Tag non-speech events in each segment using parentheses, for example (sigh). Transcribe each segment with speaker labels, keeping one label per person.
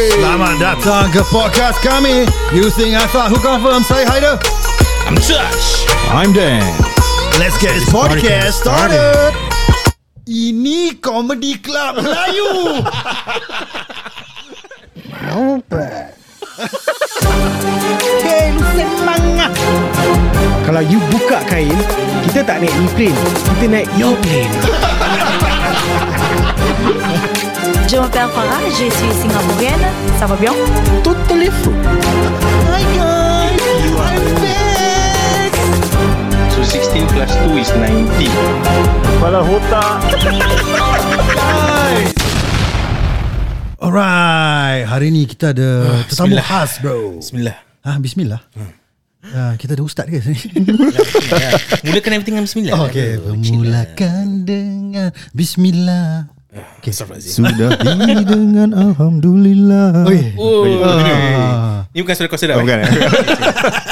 Speaker 1: Anda datang ke podcast kami Using Asak Who Confirm Saya Haider
Speaker 2: I'm Josh.
Speaker 3: I'm Dan.
Speaker 1: Let's get this podcast started Ini Comedy Club Melayu
Speaker 4: Kain semang Kalau you buka kain Kita tak naik e-plane Kita naik your plane
Speaker 5: Je m'appelle Farah, je suis singapourienne. Ça va bien?
Speaker 4: Totally full Hi guys I'm back
Speaker 2: So 16 plus 2 is 19.
Speaker 1: Alright Hari ni kita ada tetamu
Speaker 2: Ah, Bismillah.
Speaker 1: khas bro
Speaker 2: Bismillah. (laughs) Hmm.
Speaker 1: Ah, Bismillah Ah, Kita ada ustaz ke sini?
Speaker 2: Mulakan everything dengan bismillah.
Speaker 1: Okay Bermulakan dengan Bismillah
Speaker 2: Okay. Astagfirullahaladzim. (laughs)
Speaker 3: Sudah dengan Alhamdulillah.
Speaker 1: Oi.
Speaker 2: Oh. Ini bukan suara kau sedap.
Speaker 3: Oh, bukan,
Speaker 2: (laughs)
Speaker 3: eh?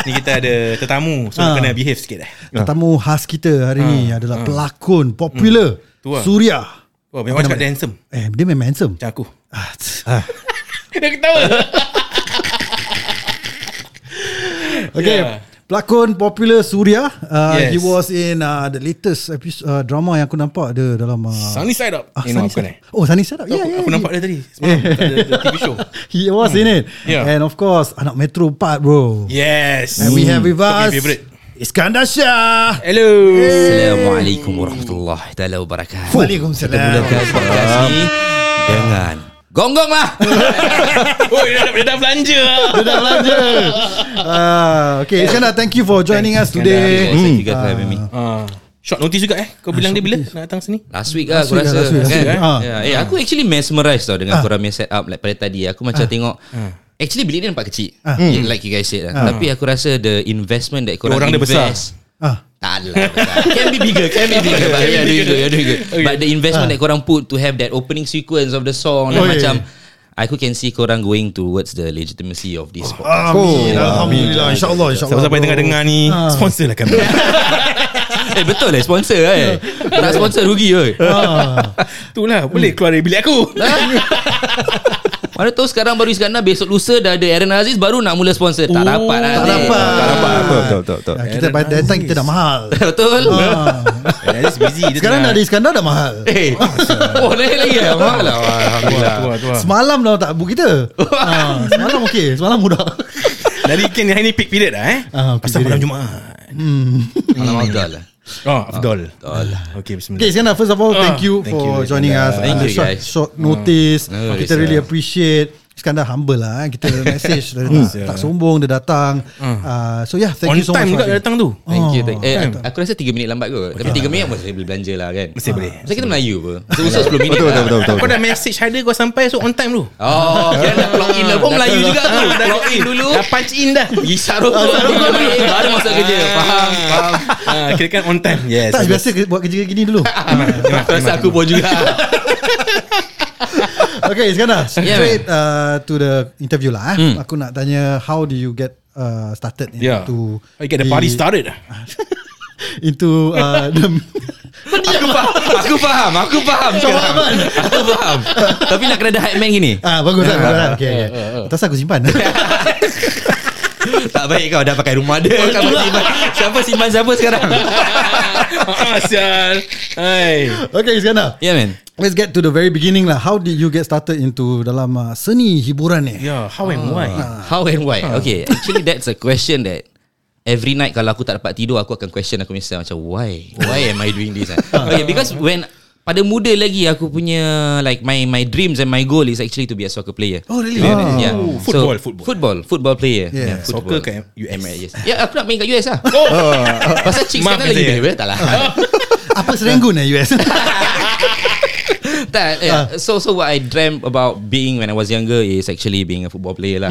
Speaker 2: Ni kita ada tetamu. So
Speaker 1: Ah.
Speaker 2: kena behave sikit eh.
Speaker 3: Ah.
Speaker 1: Tetamu khas kita hari ni
Speaker 2: Ah,
Speaker 1: adalah pelakon popular
Speaker 2: Tu lah.
Speaker 1: Surya
Speaker 2: Wah, memang
Speaker 1: Apa
Speaker 2: cakap
Speaker 1: nama
Speaker 2: dia handsome.
Speaker 1: Eh, dia memang handsome
Speaker 2: Macam aku. Ah.
Speaker 1: ah, tsk.
Speaker 2: (laughs) Dia ketawa.
Speaker 1: Ah, Okay
Speaker 2: Yeah.
Speaker 1: yeah. Pelakon popular Surya uh,
Speaker 2: Yes.
Speaker 1: He was in uh, the latest episode, uh, drama yang aku nampak dia dalam uh,
Speaker 2: Sunny side up.
Speaker 1: ah,
Speaker 2: Eh, no,
Speaker 1: Sunny
Speaker 2: bukan
Speaker 1: Side
Speaker 2: eh.
Speaker 1: Up. Oh Sunny Side Up
Speaker 2: Aku,
Speaker 1: yeah, yeah,
Speaker 2: aku
Speaker 1: yeah.
Speaker 2: nampak dia tadi
Speaker 1: Eh.
Speaker 2: Semalam kat the, the TV show
Speaker 1: He was in it
Speaker 2: Yeah.
Speaker 1: And of course Anak Metro 4 bro
Speaker 2: Yes
Speaker 1: And we have with
Speaker 2: Kau punya
Speaker 1: us Eh.
Speaker 2: favourite.
Speaker 1: Iskandar Shah
Speaker 2: Hello
Speaker 6: Assalamualaikum warahmatullahi taala wabarakatuh. Kita
Speaker 1: Waalaikumsalam
Speaker 6: mulakan podcast ni dengan gonggong
Speaker 1: (laughs)
Speaker 6: lah.
Speaker 1: Hmm.
Speaker 2: Oh dia dah, dia dah belanja
Speaker 1: Dah belanja Ah, Okay Iskandar thank you for joining us today
Speaker 6: Saya juga for having me.
Speaker 2: Ah, Short notice juga eh Kau
Speaker 1: Ah,
Speaker 2: bilang dia bila Nak datang sini
Speaker 6: Last week lah aku
Speaker 1: week lah,
Speaker 6: rasa
Speaker 1: last week, last
Speaker 6: kan.
Speaker 1: week, Ah. eh?
Speaker 6: Ya, Eh aku actually mesmerised tau dengan korang punya setup like pada tadi.
Speaker 1: Ah.
Speaker 6: Aku macam tengok Actually bilik dia nampak kecil
Speaker 1: Hmm.
Speaker 6: Yeah, Like you guys said lah. Tapi aku rasa The investment that korang
Speaker 2: Orang dia besar.
Speaker 6: invest
Speaker 1: Ah.
Speaker 6: Tak lah besar. Can be bigger Can be bigger But yeah, doing good, you're doing good. But the investment that korang put To have that opening sequence Of the song
Speaker 1: Ah.
Speaker 6: like,
Speaker 1: Oh, yeah. Oh.
Speaker 6: Macam Aku can see korang going towards the legitimacy of this podcast.
Speaker 1: Amin Alhamdulillah InsyaAllah InsyaAllah
Speaker 2: Siapa-siapa yang tengah dengar ni
Speaker 1: Ah.
Speaker 2: Sponsor lah kami
Speaker 6: Eh betul lah sponsor eh. Tak sponsor rugi oi.
Speaker 2: (laughs)
Speaker 1: Ha. Ah.
Speaker 6: Lah.
Speaker 2: Itulah Boleh keluar dari bilik aku
Speaker 1: (laughs)
Speaker 6: Mana tahu sekarang baru Iskandar Besok lusa dah ada Aaron Aziz Baru nak mula sponsor Tak dapat lah
Speaker 1: Tak
Speaker 6: Aziz.
Speaker 1: dapat
Speaker 3: Tak dapat betul betul betul. betul.
Speaker 1: Ah, Kita by that time Kita dah mahal
Speaker 6: (laughs)
Speaker 1: Ah.
Speaker 6: Betul
Speaker 2: Eh, Aziz busy dia
Speaker 1: Sekarang dah
Speaker 2: tengah-
Speaker 1: ada Iskandar dah mahal
Speaker 6: Eh Oh naik lagi lah Malah Alhamdulillah
Speaker 2: Tua, tua.
Speaker 1: Semalam dah tak book
Speaker 2: (laughs)
Speaker 1: kita ah, Semalam okey Semalam mudah
Speaker 2: Dari weekend hari ni peak period lah eh
Speaker 1: Ah, peak
Speaker 2: Pasal
Speaker 1: period.
Speaker 2: malam Jumaat
Speaker 6: Alhamdulillah lah
Speaker 2: Oh Afdol Okay
Speaker 1: Okay
Speaker 2: bismillah
Speaker 1: Iskandar first of all Thank you
Speaker 2: thank
Speaker 1: for
Speaker 2: you,
Speaker 1: joining us
Speaker 6: Thank
Speaker 1: on the
Speaker 6: you,
Speaker 1: short,
Speaker 6: guys. Ah,
Speaker 1: short notice
Speaker 6: No worries,
Speaker 1: Kita really
Speaker 6: yeah. Hmm.
Speaker 1: appreciate Iskandar humble lah eh.
Speaker 6: (laughs)
Speaker 1: Kita message dia tak, tak sombong Dia datang Ah, So yeah Thank
Speaker 2: Hmm. On
Speaker 1: you so much
Speaker 2: time juga
Speaker 1: for-
Speaker 2: dia datang tu
Speaker 6: Thank you thank Eh aku rasa 3 minit lambat kot Tapi 3 minit Mesti boleh belanja lah kan
Speaker 2: Mesti boleh.
Speaker 6: Masa kita Melayu apa Masa usah 10 minit
Speaker 3: Betul betul
Speaker 6: lah.
Speaker 3: betul betul.
Speaker 2: Kau dah message Haider Kau sampai so on time tu
Speaker 6: Oh Kira nak clock in lah Pun Melayu juga tu
Speaker 2: Ah, dah
Speaker 6: Clock in dulu
Speaker 2: Dah punch in dah
Speaker 6: Isyarat dulu Baru masuk kerja Faham Faham
Speaker 2: Ah, Kira kan on time Yes
Speaker 1: Tak biasa ke- buat kerja gini
Speaker 2: (laughs)
Speaker 1: dulu
Speaker 6: Aku rasa aku pun juga
Speaker 1: Okay Iskandar
Speaker 6: Yeah,
Speaker 1: Straight uh, to the interview lah eh. Aku nak tanya How do you get uh, started
Speaker 2: Hmm. Yeah.
Speaker 1: Into
Speaker 2: I Oh, get the party (laughs) started
Speaker 1: Into uh, the
Speaker 2: (laughs)
Speaker 6: Aku faham Aku faham Aku faham Jawapan Aku faham Tapi nak kena ada hype man gini
Speaker 1: Ah bagus lah,
Speaker 6: (laughs)
Speaker 1: bagus lah. Okay,
Speaker 6: Eh,
Speaker 1: okay. Atas aku simpan. (laughs)
Speaker 6: Tak baik kau Dah pakai rumah dia Kau simpan Siapa simpan siapa (laughs) sekarang
Speaker 2: Ah, Sial Hai
Speaker 1: okay, Iskandar.
Speaker 6: Ya yeah, man
Speaker 1: Let's get to the very beginning lah. How did you get started into dalam uh, seni hiburan
Speaker 6: (laughs)
Speaker 1: ni?
Speaker 2: Yeah Ya, How and why
Speaker 6: How and why Okay Actually that's a question that Every night kalau aku tak dapat tidur Aku akan question aku myself Macam why Why am I doing this Okay because when Pada muda lagi Aku punya Like my my dreams and my goal Is actually to be a soccer player
Speaker 1: Oh really?
Speaker 6: Yeah, yeah.
Speaker 2: Oh, football, football.
Speaker 6: Football, football player.
Speaker 1: Yeah.
Speaker 2: Soccer kat US.
Speaker 6: Emirates. Ya, aku nak main kat US lah. Oh. Pasal chicks
Speaker 2: Maaf
Speaker 6: kan lagi
Speaker 2: saya.
Speaker 6: boleh, boleh tak lah.
Speaker 1: Apa Serenggun eh
Speaker 6: (laughs)
Speaker 1: US?
Speaker 6: tak, yeah. So so what I dreamt about being when I was younger is actually being a football player lah.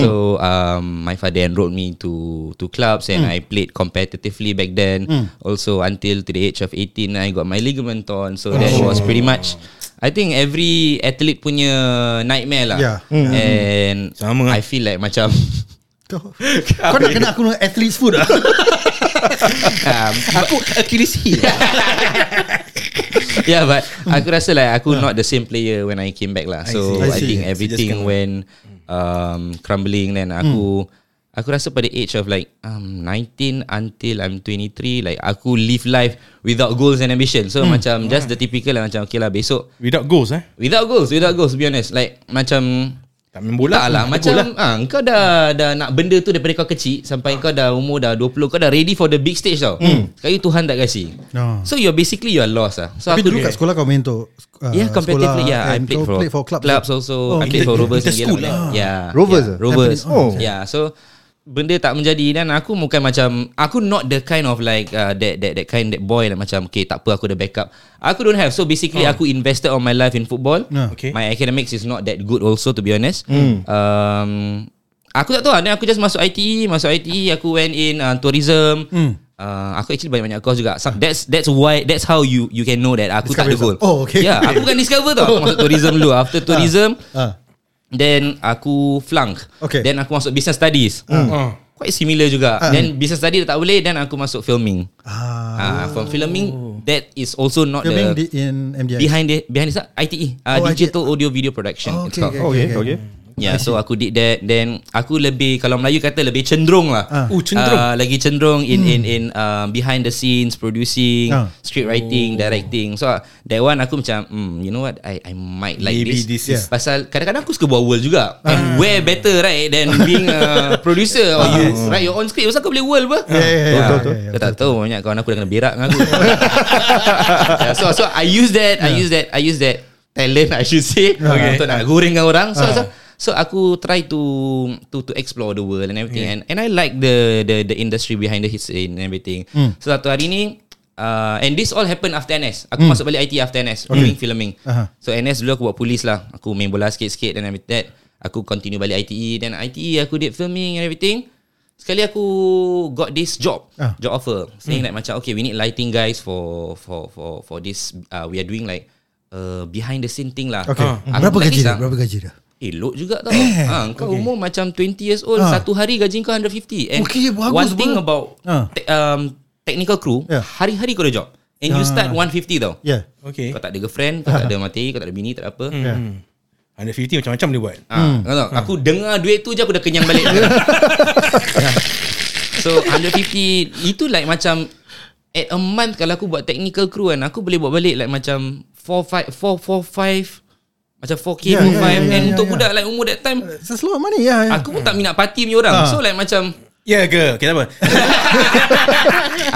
Speaker 6: So um, my father enrolled me to to clubs and I played competitively back then. Also until to the age of 18 I got my ligament torn. So that was pretty much I think every athlete punya nightmare lah.
Speaker 1: Yeah.
Speaker 6: And
Speaker 2: Sama lah.
Speaker 6: I feel like macam (laughs)
Speaker 1: Kau kau nak kena aku athlete's food lah.
Speaker 6: um, aku Achilles heel. (laughs) yeah, but aku rasa like aku not the same player when I came back lah. So
Speaker 1: I
Speaker 6: I,
Speaker 1: see.
Speaker 6: think
Speaker 2: So just
Speaker 6: everything
Speaker 2: kena-
Speaker 6: when um, crumbling then
Speaker 1: Hmm.
Speaker 6: aku aku rasa pada age of like um, 19 until I'm 23 like aku live life without goals and ambition so
Speaker 1: Hmm.
Speaker 6: macam just the typical lah, macam okay lah besok
Speaker 2: Without goals eh
Speaker 6: without goals without goals to be honest like macam
Speaker 2: Tak main bola
Speaker 6: tak lah
Speaker 2: main
Speaker 6: macam
Speaker 2: bola.
Speaker 6: ah kau dah dah nak benda tu daripada kau kecil sampai kau dah umur dah 20 kau dah ready for the big stage tau. Sekali Tuhan tak kasi.
Speaker 1: Ah.
Speaker 6: So you're basically you're lost ah. So
Speaker 1: Tapi
Speaker 6: aku
Speaker 1: dulu kat sekolah kau main tu uh,
Speaker 6: Yeah, Ya, competitively. Yeah, I
Speaker 1: and
Speaker 6: played
Speaker 1: kau
Speaker 6: for,
Speaker 1: played for clubs. Oh,
Speaker 6: clubs also. I played for
Speaker 2: inter-
Speaker 6: Rovers in
Speaker 2: interschool
Speaker 6: Geylang.
Speaker 1: eh?
Speaker 6: Yeah.
Speaker 3: Rovers
Speaker 6: yeah,
Speaker 3: ah?
Speaker 6: Rovers.
Speaker 3: Oh.
Speaker 6: Yeah, so benda tak menjadi dan aku bukan macam aku not the kind of like uh, that that that kind that boy like macam okay tak apa aku ada backup. Aku don't have. So basically aku invested on my life in football.
Speaker 1: Oh. Ah. Hmm.
Speaker 2: Okay.
Speaker 6: My academics is not that good also to be honest. Um aku tak tahu lah. Then aku just masuk ITE, masuk ITE aku went in uh, tourism.
Speaker 1: Hmm.
Speaker 6: Uh, aku actually banyak-banyak course juga. Some, that's that's why that's how you you can know that aku tak ada goal.
Speaker 1: Discover yourself. Oh, okay.
Speaker 6: Yeah, aku bukan discover tau. Aku masuk tourism dulu. After tourism,
Speaker 1: Ah.
Speaker 6: then aku flunk.
Speaker 1: Okay. Hmm.
Speaker 6: Then aku masuk business studies. Hmm.
Speaker 2: Ah.
Speaker 6: Quite similar juga. Then business study dah tak boleh, then aku masuk filming.
Speaker 1: Ah,
Speaker 6: Ah, from filming that is also not
Speaker 1: filming
Speaker 6: the
Speaker 1: di, in MDI.
Speaker 6: behind the behind the ITE, uh,
Speaker 1: Oh,
Speaker 6: digital audio video production.
Speaker 1: Oh,
Speaker 6: it's
Speaker 1: okay,
Speaker 6: called.
Speaker 1: okay,
Speaker 3: Okay, okay.
Speaker 6: Yeah, Ya, so aku did that. Then aku lebih kalau Melayu kata lebih cenderung lah.
Speaker 1: Ah.
Speaker 2: Oh, cenderung.
Speaker 6: Uh, lagi cenderung in in in uh, behind the scenes, producing,
Speaker 1: Ah.
Speaker 6: script writing, directing. So uh, that one aku macam, mm, you know what, I I might like
Speaker 2: Maybe
Speaker 6: this.
Speaker 2: this
Speaker 1: is-
Speaker 6: pasal kadang-kadang aku suka buat world juga. And where better right than being a (laughs) producer or you write your own script. Pasal kau boleh world apa? Ah.
Speaker 1: Yeah, yeah, yeah,
Speaker 3: Betul,
Speaker 1: yeah,
Speaker 3: betul.
Speaker 1: yeah,
Speaker 6: Kau tak tahu banyak kawan aku dah kena berak dengan aku. (laughs) yeah, so so I use that, I use that, I use that talent I should say okay. untuk nak gorengkan orang. So so so aku try to to to explore the world and everything and and I like the the the industry behind the hits and everything. So satu hari ni Uh, and this all happen after NS Aku masuk balik IT after NS Doing filming
Speaker 1: Aha.
Speaker 6: So NS dulu aku buat polis lah Aku main bola sikit-sikit And with that Aku continue balik ITE Then ITE aku did filming and everything Sekali aku Got this job
Speaker 1: Ah.
Speaker 6: job offer saying like macam okay we need lighting guys for for for for this uh, we are doing like uh, behind the scene thing lah.
Speaker 1: Okay. Hmm.
Speaker 6: Aku
Speaker 1: Berapa
Speaker 6: tak
Speaker 1: gaji dia?
Speaker 6: kisah.
Speaker 1: Berapa gaji dia?
Speaker 6: Elok juga tau. ha, kau okay. umur macam 20 years old,
Speaker 1: Ah.
Speaker 6: satu hari gaji kau 150. And
Speaker 1: Okay, bagus
Speaker 6: one thing
Speaker 1: apa?
Speaker 6: about
Speaker 1: Ah.
Speaker 6: te- um, technical crew,
Speaker 1: Yeah. Ah.
Speaker 6: hari-hari kau ada job. And you start 150 tau.
Speaker 1: Yeah.
Speaker 2: Okay
Speaker 1: Eh.
Speaker 6: Kau tak ada girlfriend, kau tak
Speaker 1: (laughs)
Speaker 6: ada mati, kau tak ada bini, tak ada apa.
Speaker 1: Yeah.
Speaker 2: Hmm. 150 macam-macam dia buat
Speaker 1: Hmm.
Speaker 6: Ah, kau tahu, Aku dengar duit tu je aku dah kenyang
Speaker 1: (laughs)
Speaker 6: balik. Ah. so 150 itu like macam at a month kalau aku buat technical crew kan aku boleh buat balik like macam 4 5 4 4 5 macam 4k
Speaker 1: Yeah, yeah,
Speaker 6: 4 5
Speaker 1: yeah,
Speaker 6: and
Speaker 1: yeah,
Speaker 6: untuk
Speaker 1: yeah.
Speaker 6: budak like umur that time
Speaker 1: It's a lot of money. Yeah. yeah.
Speaker 6: aku pun tak minat party punya orang.
Speaker 1: Ya, Ah.
Speaker 6: So like macam
Speaker 2: Ya ke Okay tak apa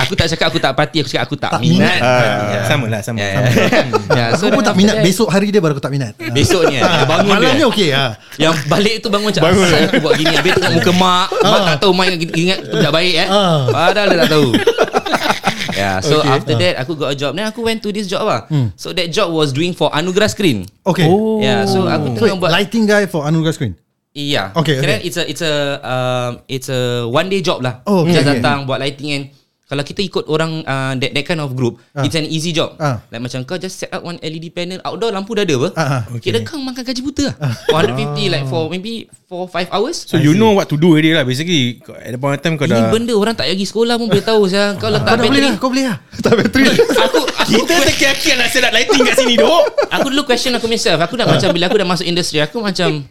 Speaker 6: aku tak cakap aku tak party aku cakap aku tak,
Speaker 1: Tak
Speaker 6: minat.
Speaker 2: Ah, Sama lah sama
Speaker 6: Yeah, (laughs) yeah. yeah, so
Speaker 1: Aku pun
Speaker 6: then
Speaker 1: tak minat.
Speaker 6: after that-
Speaker 1: Besok hari dia baru aku tak minat. Ah.
Speaker 6: Besok ni eh, (laughs) bangun dia.
Speaker 1: Malamnya okey. ah.
Speaker 6: Yang balik tu bangun macam bangun. Ah. Asal aku buat gini Habis tengok muka mak Mak tak tahu mak ingat, ingat tu tak baik eh
Speaker 1: Ah.
Speaker 6: Padahal dia tak (laughs) tahu Yeah, so okay. Ah. after that aku got a job. Then aku went to this job lah. So that job was doing for Anugerah Screen.
Speaker 1: Okay.
Speaker 6: Oh. Yeah, so aku
Speaker 1: So,
Speaker 6: tengah buat
Speaker 1: lighting guy for Anugerah Screen.
Speaker 6: Iya.
Speaker 1: Okay,
Speaker 6: Kira
Speaker 1: okay.
Speaker 6: it's a it's a um, it's a one day job lah.
Speaker 1: Oh, okay,
Speaker 6: Just
Speaker 1: okay.
Speaker 6: datang buat lighting and kalau kita ikut orang uh, that, that kind of group,
Speaker 1: Ah.
Speaker 6: it's an easy job.
Speaker 1: Ah.
Speaker 6: Like macam kau just set up one LED panel, outdoor lampu dah ada apa?
Speaker 1: Ah, ah,
Speaker 6: okay. Kira kau makan gaji buta lah. 150 like for maybe 4 5 hours.
Speaker 2: So you know what to do already lah Basically kau- At the point of time kau
Speaker 6: Ini
Speaker 2: dah Ah.
Speaker 6: benda orang tak pergi sekolah pun boleh tahu saya. Eh, Kau ah? letak
Speaker 1: Kau dah boleh
Speaker 6: bateri.
Speaker 1: lah. Kau boleh
Speaker 2: (laughs)
Speaker 1: lah.
Speaker 3: Tak bateri.
Speaker 6: Aku aku
Speaker 2: Kita terkiakian nak set up lighting kat sini dok
Speaker 6: aku dulu question aku myself. Aku dah macam bila aku dah masuk industri, aku macam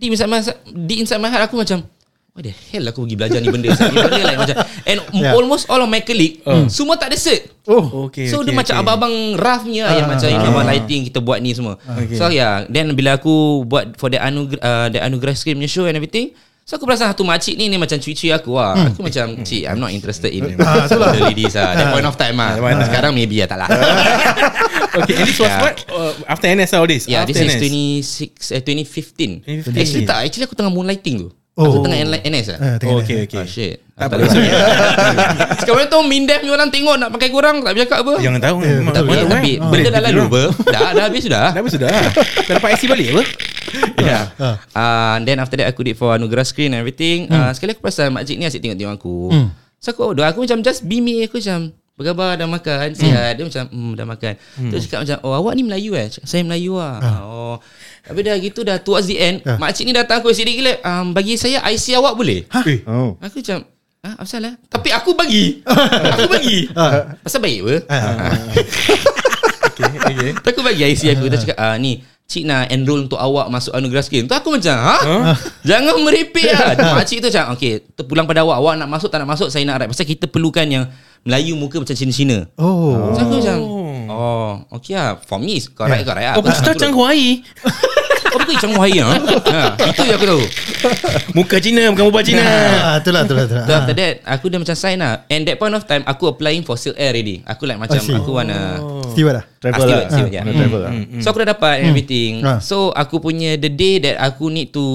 Speaker 6: di inside my di inside my heart aku macam what the hell aku pergi belajar ni benda ni benda like macam and
Speaker 1: Yeah.
Speaker 6: yeah. almost all of my colleague semua tak ada cert.
Speaker 1: Oh.
Speaker 2: Okay
Speaker 6: so
Speaker 2: okay,
Speaker 6: dia
Speaker 2: okay.
Speaker 6: macam
Speaker 2: Ah,
Speaker 6: abang-abang Raf punya yang macam ini abang lighting kita buat ni semua. So yeah, then bila aku buat for the anugerah uh, the anugerah screen punya show and everything So aku perasan satu makcik ni Dia macam cuci aku lah
Speaker 2: Hmm.
Speaker 6: Aku macam Cik I'm not interested in
Speaker 1: Ah, itulah.
Speaker 6: The ladies lah
Speaker 2: Ah.
Speaker 6: That point of time lah Sekarang maybe lah Ya. Tak lah
Speaker 2: (laughs) Okay and this was
Speaker 6: Yeah.
Speaker 2: what Uh, After NS all this
Speaker 6: Yeah,
Speaker 2: After
Speaker 6: Ya, this is
Speaker 2: NS.
Speaker 6: 26 eh 2015.
Speaker 2: 2015.
Speaker 6: Actually tak, actually aku tengah moonlighting tu.
Speaker 1: Oh.
Speaker 6: Aku tengah enli- NS ah.
Speaker 1: Ah, tengok
Speaker 2: Oh,
Speaker 1: dia.
Speaker 2: Okay okay
Speaker 6: Ah shit.
Speaker 2: Tak
Speaker 6: Aku
Speaker 2: apa,
Speaker 6: boleh cakap. (laughs) Sekarang tu Mindef ni orang tengok nak pakai korang tak boleh cakap apa.
Speaker 2: Jangan tahu
Speaker 1: Eh,
Speaker 2: memang
Speaker 6: tak
Speaker 2: tahu,
Speaker 6: boleh
Speaker 2: eh.
Speaker 6: tapi
Speaker 2: Boleh
Speaker 6: benda dah
Speaker 2: tipu
Speaker 6: lalu
Speaker 2: orang.
Speaker 6: apa? Dah dah habis sudah.
Speaker 2: Dah habis sudah ah? Dah dapat IC balik apa
Speaker 6: Yeah.
Speaker 1: Ah. Hmm.
Speaker 6: Uh, then after that aku did for Anugerah Screen and everything. Uh, sekali aku perasan makcik ni asyik tengok-tengok aku. So aku order aku macam just bimi aku macam Bergabar dah makan Sihat Dia macam hmm, Dah makan Terus cakap macam Oh awak ni Melayu eh Cakap, Saya Melayu lah Oh Habis dah gitu Dah towards the end
Speaker 1: Ah.
Speaker 6: Makcik ni datang aku Sidik gila um, Bagi saya IC awak boleh
Speaker 2: Eh,
Speaker 3: Oh.
Speaker 6: Aku macam Ah, apa salah? Tapi aku
Speaker 1: (laughs)
Speaker 6: bagi. aku bagi. Pasal baik apa?
Speaker 1: Ah.
Speaker 2: Okay okay
Speaker 6: (laughs) Aku bagi IC aku Dia cakap ah, Ni Cik nak enroll untuk awak masuk anugerah skin Tu aku macam Ha? Jangan merepek lah Makcik tu macam Okay terpulang pada awak Awak nak masuk tak nak masuk Saya nak rap Pasal kita perlukan yang Melayu muka macam Cina-Cina
Speaker 1: Oh.
Speaker 6: So aku macam Oh Okay lah For me Kau right kau right lah
Speaker 2: Oh, kita Chang Huai.
Speaker 6: Oh betul Chang Wai ha? ha? Itu je aku tahu
Speaker 2: Muka Cina bukan ubah Cina.
Speaker 6: Ya.
Speaker 1: Ah, itulah itulah itulah.
Speaker 6: So after that Aku dah macam sign lah And that point of time Aku applying for Silk Air already Aku like macam
Speaker 1: I see.
Speaker 6: Aku wanna
Speaker 1: Steward lah.
Speaker 3: Travel lah
Speaker 6: Ah, steward, steward,
Speaker 3: Ah,
Speaker 6: yeah.
Speaker 3: kena Travel lah
Speaker 6: So aku dah dapat hmm. everything
Speaker 1: Ah.
Speaker 6: So aku punya The day that aku need to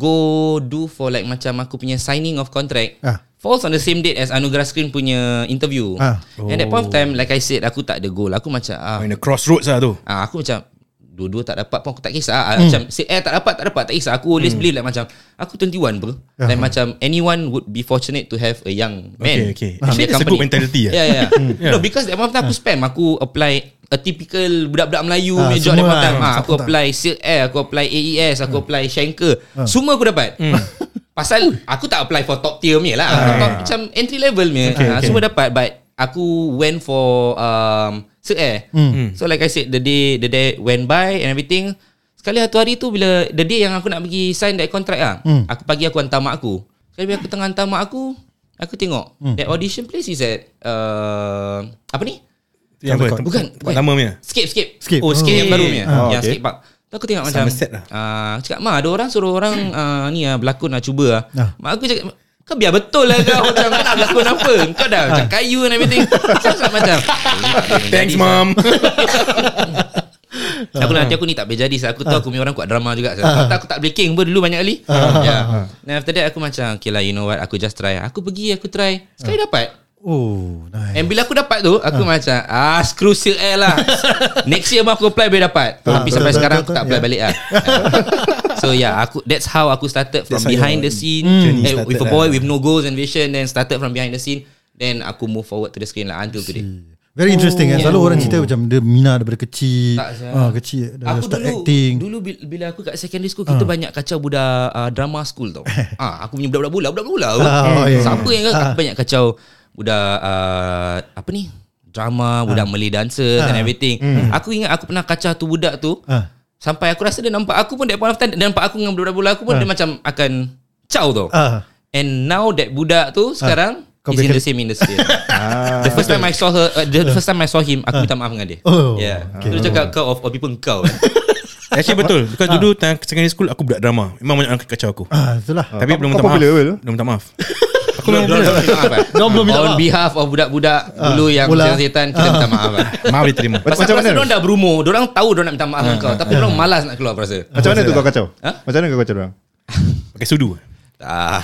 Speaker 6: Go do for like Macam aku punya signing of contract
Speaker 1: Ah.
Speaker 6: Falls on the same date As Anugerah Screen punya interview
Speaker 1: Ah.
Speaker 6: And that point of time Like I said Aku tak ada goal Aku macam ah,
Speaker 2: In the crossroads lah tu.
Speaker 6: Ah, aku macam dua-dua tak dapat pun aku tak kisah. Ah,
Speaker 2: Hmm.
Speaker 6: Macam say, eh tak dapat tak dapat tak kisah. Aku always believe like macam aku 21 bro.
Speaker 2: Ah.
Speaker 6: Like macam anyone would be fortunate to have a young man.
Speaker 2: Okay, okay.
Speaker 6: in
Speaker 2: Actually,
Speaker 6: their
Speaker 2: that's a good
Speaker 6: company.
Speaker 2: mentality, eh? Ah.
Speaker 6: (laughs) Yeah, yeah. yeah. No, because that one time aku spam aku apply a typical budak-budak Melayu
Speaker 1: Ah,
Speaker 6: punya job
Speaker 1: semua
Speaker 6: that one
Speaker 1: lah,
Speaker 6: time. Ah,
Speaker 1: satu
Speaker 6: aku
Speaker 1: tak.
Speaker 6: apply Silk Air, aku apply AES, aku apply Schenker. Semua aku dapat. Pasal aku tak apply for top tier punya lah. Top, macam entry level punya. Ah, Semua dapat but aku went for um, Silk Air. So like I said the day the day went by and everything. Sekali satu hari tu bila the day yang aku nak pergi sign that contract ah. Aku pagi aku hantar mak aku. Sekali bila aku tengah hantar mak aku, aku tengok that audition place is at uh, apa ni?
Speaker 2: Yang apa? Tem-
Speaker 6: Bukan,
Speaker 2: Tempat
Speaker 6: bukan.
Speaker 2: lama punya.
Speaker 6: Skip, skip.
Speaker 1: Skip.
Speaker 6: Oh, skip
Speaker 2: Oh.
Speaker 6: yang baru punya.
Speaker 3: Ah,
Speaker 6: yang
Speaker 3: okay.
Speaker 6: skip park. Tu aku tengok macam
Speaker 2: Somerset lah.
Speaker 6: Ah, aku cakap mak ada orang suruh orang ah, ni ah berlakon nak cuba ah.
Speaker 1: Ah.
Speaker 6: Mak aku cakap kau biar betul lah kau macam kau nak berlakon apa Kau dah macam kayu and everything So aku cakap macam "Ini tak boleh
Speaker 2: (laughs) Thanks,
Speaker 6: menjadi, (laughs)
Speaker 2: mom.
Speaker 6: Aku lah, nanti aku ni tak boleh jadi Saya aku tahu aku punya orang kuat drama juga Saya uh. aku tak boleh king pun dulu banyak kali yeah. Then after that aku macam Okay lah you know what Aku just try Aku pergi aku try Sekali dapat
Speaker 1: Oh, nice.
Speaker 6: And bila aku dapat tu Aku macam Ah screw Silk Air
Speaker 2: (laughs)
Speaker 6: lah Next year pun aku apply Boleh dapat
Speaker 2: Ah,
Speaker 6: Tapi
Speaker 1: betul,
Speaker 6: sampai
Speaker 1: betul,
Speaker 6: sekarang
Speaker 1: betul,
Speaker 6: Aku tak
Speaker 1: betul,
Speaker 2: ya.
Speaker 6: apply balik
Speaker 2: (laughs)
Speaker 6: lah So yeah aku That's how aku started
Speaker 2: That's
Speaker 6: From
Speaker 2: how
Speaker 6: behind
Speaker 2: your
Speaker 6: the scene
Speaker 2: journey
Speaker 6: eh,
Speaker 2: started
Speaker 6: With a
Speaker 2: lah.
Speaker 6: boy With no goals and vision Then started from behind the scene Then aku move forward To the screen lah Until today
Speaker 1: Very interesting oh. eh. Selalu orang cerita macam dia mina daripada kecil.
Speaker 6: Tak, Syah.
Speaker 1: Ah, kecil dah
Speaker 6: Aku
Speaker 1: start
Speaker 6: dulu
Speaker 1: acting. Ah.
Speaker 6: Dulu bila, bila aku kat secondary school Kita banyak kacau budak uh, drama school
Speaker 1: (laughs)
Speaker 6: tau ah, Aku punya budak-budak bola Budak-budak bola apa?
Speaker 1: Ah, oh, ya,
Speaker 6: Siapa
Speaker 1: ya.
Speaker 6: yang kau- aku banyak kacau Budak uh, Apa
Speaker 1: Ah.
Speaker 6: ni Drama Budak Malay dancer And everything Aku ingat aku pernah kacau tu budak tu
Speaker 1: Hmm. Ah.
Speaker 6: Sampai aku rasa dia nampak aku pun That point of time Dia nampak aku dengan budak-budak bola aku pun Dia macam akan Ciao tau
Speaker 1: Ah.
Speaker 6: And now that budak tu Sekarang
Speaker 1: Kau
Speaker 6: Is in
Speaker 1: become-
Speaker 6: the same
Speaker 1: (laughs)
Speaker 6: industry The first time I saw her uh, The the first time I saw him Aku minta maaf dengan dia
Speaker 1: Ah. Oh,
Speaker 6: yeah.
Speaker 1: okay.
Speaker 6: Dia cakap kau of all people kau
Speaker 2: Actually betul. Because
Speaker 6: Ah.
Speaker 2: dulu time secondary school aku budak drama. Memang banyak orang kacau aku.
Speaker 1: Ah, itulah.
Speaker 2: Tapi
Speaker 3: Kau-
Speaker 2: belum minta
Speaker 3: kau
Speaker 2: maaf.
Speaker 3: popular ke dulu?
Speaker 2: Belum minta maaf. Aku memang
Speaker 6: Belum
Speaker 2: popular.
Speaker 6: minta maaf eh?
Speaker 1: Diorang belum minta
Speaker 6: On
Speaker 1: maaf.
Speaker 6: behalf of budak-budak Dulu yang
Speaker 1: bola.
Speaker 6: setan-setan Kita minta maaf eh?
Speaker 2: Maaf diterima.
Speaker 3: Ah, Macam- macam
Speaker 6: Pasal aku rasa
Speaker 3: mana? Ah,
Speaker 6: diorang dah berumur Diorang tahu diorang nak minta maaf dengan kau Tapi diorang malas nak keluar aku rasa
Speaker 3: Macam mana tu kau kacau?
Speaker 6: Ha?
Speaker 3: Macam mana kau kacau orang?
Speaker 2: Pakai sudu.
Speaker 6: Ah,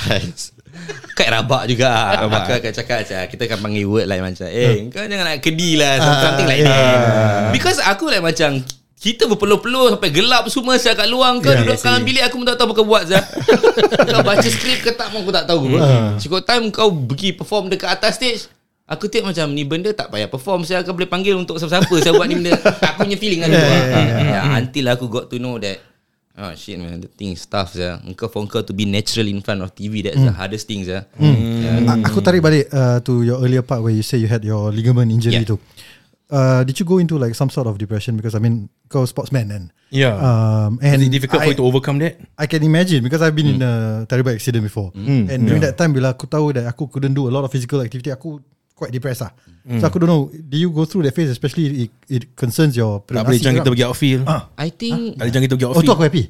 Speaker 6: Kat rabak juga Aku akan cakap macam Kita akan panggil word like macam
Speaker 3: Hmm.
Speaker 6: Eh kau jangan nak kedi lah
Speaker 3: Ah,
Speaker 6: some- Something like
Speaker 3: eh.
Speaker 6: that Because aku like macam kita berpeluh-peluh sampai gelap semua saya kat luar kau
Speaker 1: Yeah,
Speaker 3: Ya,
Speaker 6: duduk
Speaker 1: I see.
Speaker 6: dalam bilik aku pun tak tahu apa kau buat Zah. (laughs) kau baca skrip ke tak pun aku tak tahu. Ha. Cukup time kau pergi perform dekat atas stage Aku tengok macam ni benda tak payah perform Saya akan boleh panggil untuk siapa-siapa Saya buat ni benda Aku punya feeling kan yeah, yeah, yeah, Until aku got to know that Oh shit man The thing is tough saya. Kau for kau to be natural in front of TV That's the hardest thing saya.
Speaker 1: Hmm.
Speaker 2: Um,
Speaker 1: A- Ah, Aku tarik balik uh, to your earlier part where you say you had your ligament injury
Speaker 6: Yeah.
Speaker 1: tu. Uh, did you go into like some sort of depression because I mean kau sportsman kan?
Speaker 2: Yeah.
Speaker 1: Um, and
Speaker 2: Is it difficult
Speaker 1: I,
Speaker 2: for you to overcome that?
Speaker 1: I can imagine because I've been in a
Speaker 6: Hmm.
Speaker 1: terrible accident before. And during that time bila aku tahu that aku couldn't do a lot of physical activity, aku quite depressed lah.
Speaker 6: Hmm.
Speaker 1: So aku don't know, do you go through that phase especially it, it concerns your
Speaker 2: Tak boleh jangan kita pergi outfield.
Speaker 1: Ah.
Speaker 6: I
Speaker 2: Tak
Speaker 6: think
Speaker 2: boleh jangan kita pergi
Speaker 1: Oh tu
Speaker 2: outfield.
Speaker 1: aku
Speaker 6: (laughs)
Speaker 1: happy.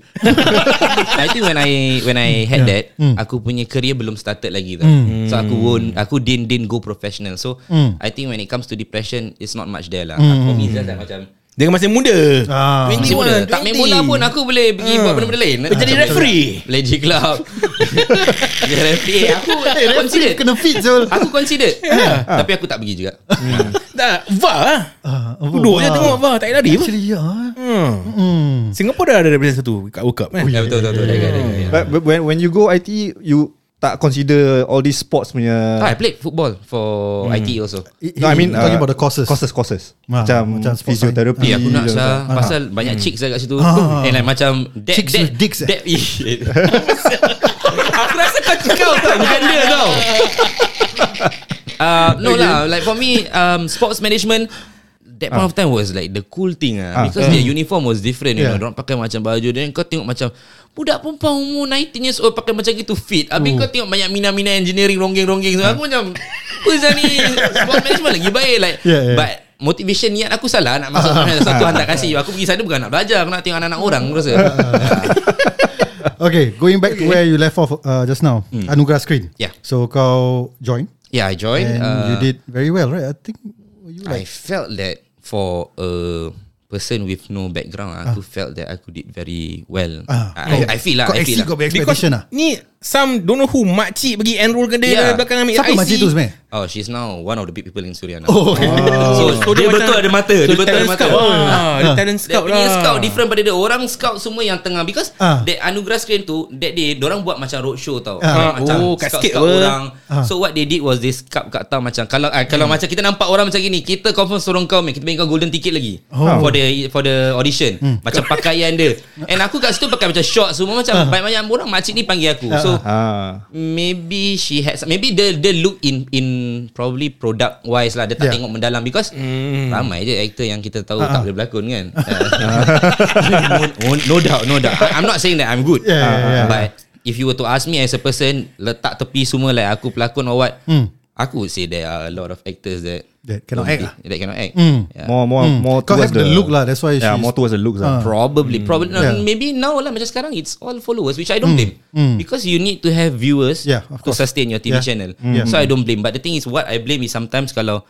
Speaker 6: I think when I when I had that,
Speaker 1: Hmm.
Speaker 6: aku punya career belum started lagi tau. So aku
Speaker 2: Hmm.
Speaker 6: won't, aku didn't didn't go professional. So
Speaker 1: Hmm.
Speaker 6: I think when it comes to depression, it's not much there lah. For me, just like macam
Speaker 2: Dia masih muda.
Speaker 1: Ah. Hmm.
Speaker 6: masih muda, tak main bola pun aku boleh pergi buat benda-benda lain.
Speaker 2: Kau jadi
Speaker 6: Macam
Speaker 2: referee.
Speaker 6: Play G
Speaker 1: (laughs)
Speaker 6: club. jadi referee. Aku
Speaker 1: Eh, referee
Speaker 6: considered.
Speaker 1: Kena fit Zul.
Speaker 6: Aku
Speaker 1: (laughs)
Speaker 6: considered. (laughs) Tapi aku tak pergi juga.
Speaker 1: Hmm.
Speaker 6: (laughs)
Speaker 2: Tak, VAR lah.
Speaker 1: Ah,
Speaker 2: Duduk
Speaker 1: wah.
Speaker 2: je tengok VAR. Tak payah lari pun.
Speaker 1: Actually ya. eh.
Speaker 2: Hmm. Singapura dah ada represent satu kat World Cup kan.
Speaker 6: Ya betul betul betul. Jaga, jaga, jaga.
Speaker 3: But, but when, when you go IT, you tak consider all these sports punya...
Speaker 6: Ah, I played football for
Speaker 1: Hmm.
Speaker 6: IT also.
Speaker 3: No, I mean
Speaker 1: talking
Speaker 3: uh,
Speaker 1: about the courses.
Speaker 3: Courses, courses.
Speaker 1: Ah,
Speaker 3: Macam,
Speaker 1: macam
Speaker 3: macam
Speaker 1: sports
Speaker 3: physiotherapy.
Speaker 6: Eh aku nak
Speaker 3: macam-
Speaker 6: sah Pasal banyak chicks lah kat situ
Speaker 1: Hmm. Ah.
Speaker 6: And like macam that,
Speaker 1: Chicks
Speaker 6: that,
Speaker 1: with dicks, eh? (laughs)
Speaker 6: that, (laughs) Aku rasa kau cakap tau Bukan dia tau Uh, no lah Like for me um, Sports management
Speaker 1: Ah.
Speaker 6: That point of time was like the cool thing ah
Speaker 3: Ah.
Speaker 6: because their uniform was different you
Speaker 1: Yeah.
Speaker 6: know. Orang pakai macam baju then kau tengok macam budak perempuan umur 19 years old pakai macam gitu fit. Habis kau tengok banyak mina-mina engineering ronggeng-ronggeng
Speaker 1: Ah.
Speaker 6: so, aku macam apa Zah ni sport management lagi baik like
Speaker 1: Yeah, Ah. yeah.
Speaker 6: but motivation niat aku salah nak masuk mana satu hantar kasih aku pergi sana bukan nak belajar aku nak tengok anak-anak orang aku rasa.
Speaker 1: (laughs) Ah. Okay, going back to where you left off uh, just now, Anugerah Screen.
Speaker 6: Hmm. Yeah.
Speaker 1: So kau join
Speaker 6: yeah, I joined.
Speaker 1: and
Speaker 6: uh,
Speaker 1: you did very well, right? I think were you
Speaker 6: I
Speaker 1: like
Speaker 6: felt that for a person with no background, aku felt that aku did very well.
Speaker 1: Ah.
Speaker 6: I, I feel lah,
Speaker 1: kau
Speaker 6: I feel
Speaker 1: exceed
Speaker 6: lah.
Speaker 1: kau punya expectation lah. Ya.
Speaker 2: Ni some don't know who makcik pergi enroll ke dia
Speaker 6: Yeah.
Speaker 2: yeah. belakang ambil
Speaker 1: Siapa
Speaker 2: IC.
Speaker 1: makcik tu sebenarnya?
Speaker 6: Oh, she's now one of the big people in Suria now.
Speaker 1: Oh, okay.
Speaker 6: So, so dia, betul ada mata, dia betul ada
Speaker 2: talent
Speaker 6: mata.
Speaker 2: scout. Ah, dia talent
Speaker 6: Dia
Speaker 2: scout lah.
Speaker 6: punya scout different pada dia Orang scout semua yang tengah Because
Speaker 1: Ah.
Speaker 6: that Anugerah screen tu That day Diorang buat macam roadshow tau
Speaker 2: Ah.
Speaker 6: Macam
Speaker 2: Oh, kat
Speaker 6: scout,
Speaker 2: skate
Speaker 6: scout
Speaker 2: apa?
Speaker 6: orang
Speaker 1: Ah.
Speaker 6: So what they did was They scout kat tau Macam kalau ah, kalau macam kita nampak orang macam gini Kita confirm sorong kau man. Kita bagi kau golden ticket lagi
Speaker 1: Oh.
Speaker 6: For the for the audition Macam pakaian dia And aku kat situ pakai macam short Semua macam Banyak-banyak orang makcik ni panggil aku So
Speaker 1: lah.
Speaker 3: Ah.
Speaker 6: maybe she had some- maybe the the look in in probably product wise lah dia tak
Speaker 1: Yeah. Ha,
Speaker 6: yeah. tengok mendalam because mm. ramai je actor yang kita tahu uh-huh. tak boleh berlakon
Speaker 1: (laughs)
Speaker 6: kan no, no doubt no doubt I- I'm not saying that I'm good
Speaker 1: Yeah, yeah, yeah.
Speaker 6: but if you were to ask me as a person letak tepi semua like aku pelakon or what
Speaker 1: Mm.
Speaker 6: aku would say there are a lot of actors that
Speaker 1: That cannot
Speaker 6: don't
Speaker 1: act
Speaker 6: be-
Speaker 1: lah.
Speaker 6: that cannot act
Speaker 1: Mm.
Speaker 6: yeah.
Speaker 3: Ah, More more
Speaker 1: Hmm.
Speaker 3: more
Speaker 1: Kau
Speaker 3: towards
Speaker 1: have the look lah, that's why
Speaker 3: Yeah,
Speaker 1: she's-
Speaker 3: more towards the looks
Speaker 1: Ah.
Speaker 3: lah.
Speaker 6: Probably,
Speaker 2: Hmm.
Speaker 6: probably.
Speaker 1: Yeah. Hmm.
Speaker 6: Maybe now lah macam sekarang it's all followers, which I don't blame because you need to have viewers
Speaker 1: Yeah, of
Speaker 6: to
Speaker 1: course.
Speaker 6: sustain your
Speaker 1: Yeah.
Speaker 6: TV
Speaker 1: Hmm.
Speaker 6: channel.
Speaker 1: Yeah.
Speaker 6: So I don't blame. But the thing is, what I blame is sometimes kalau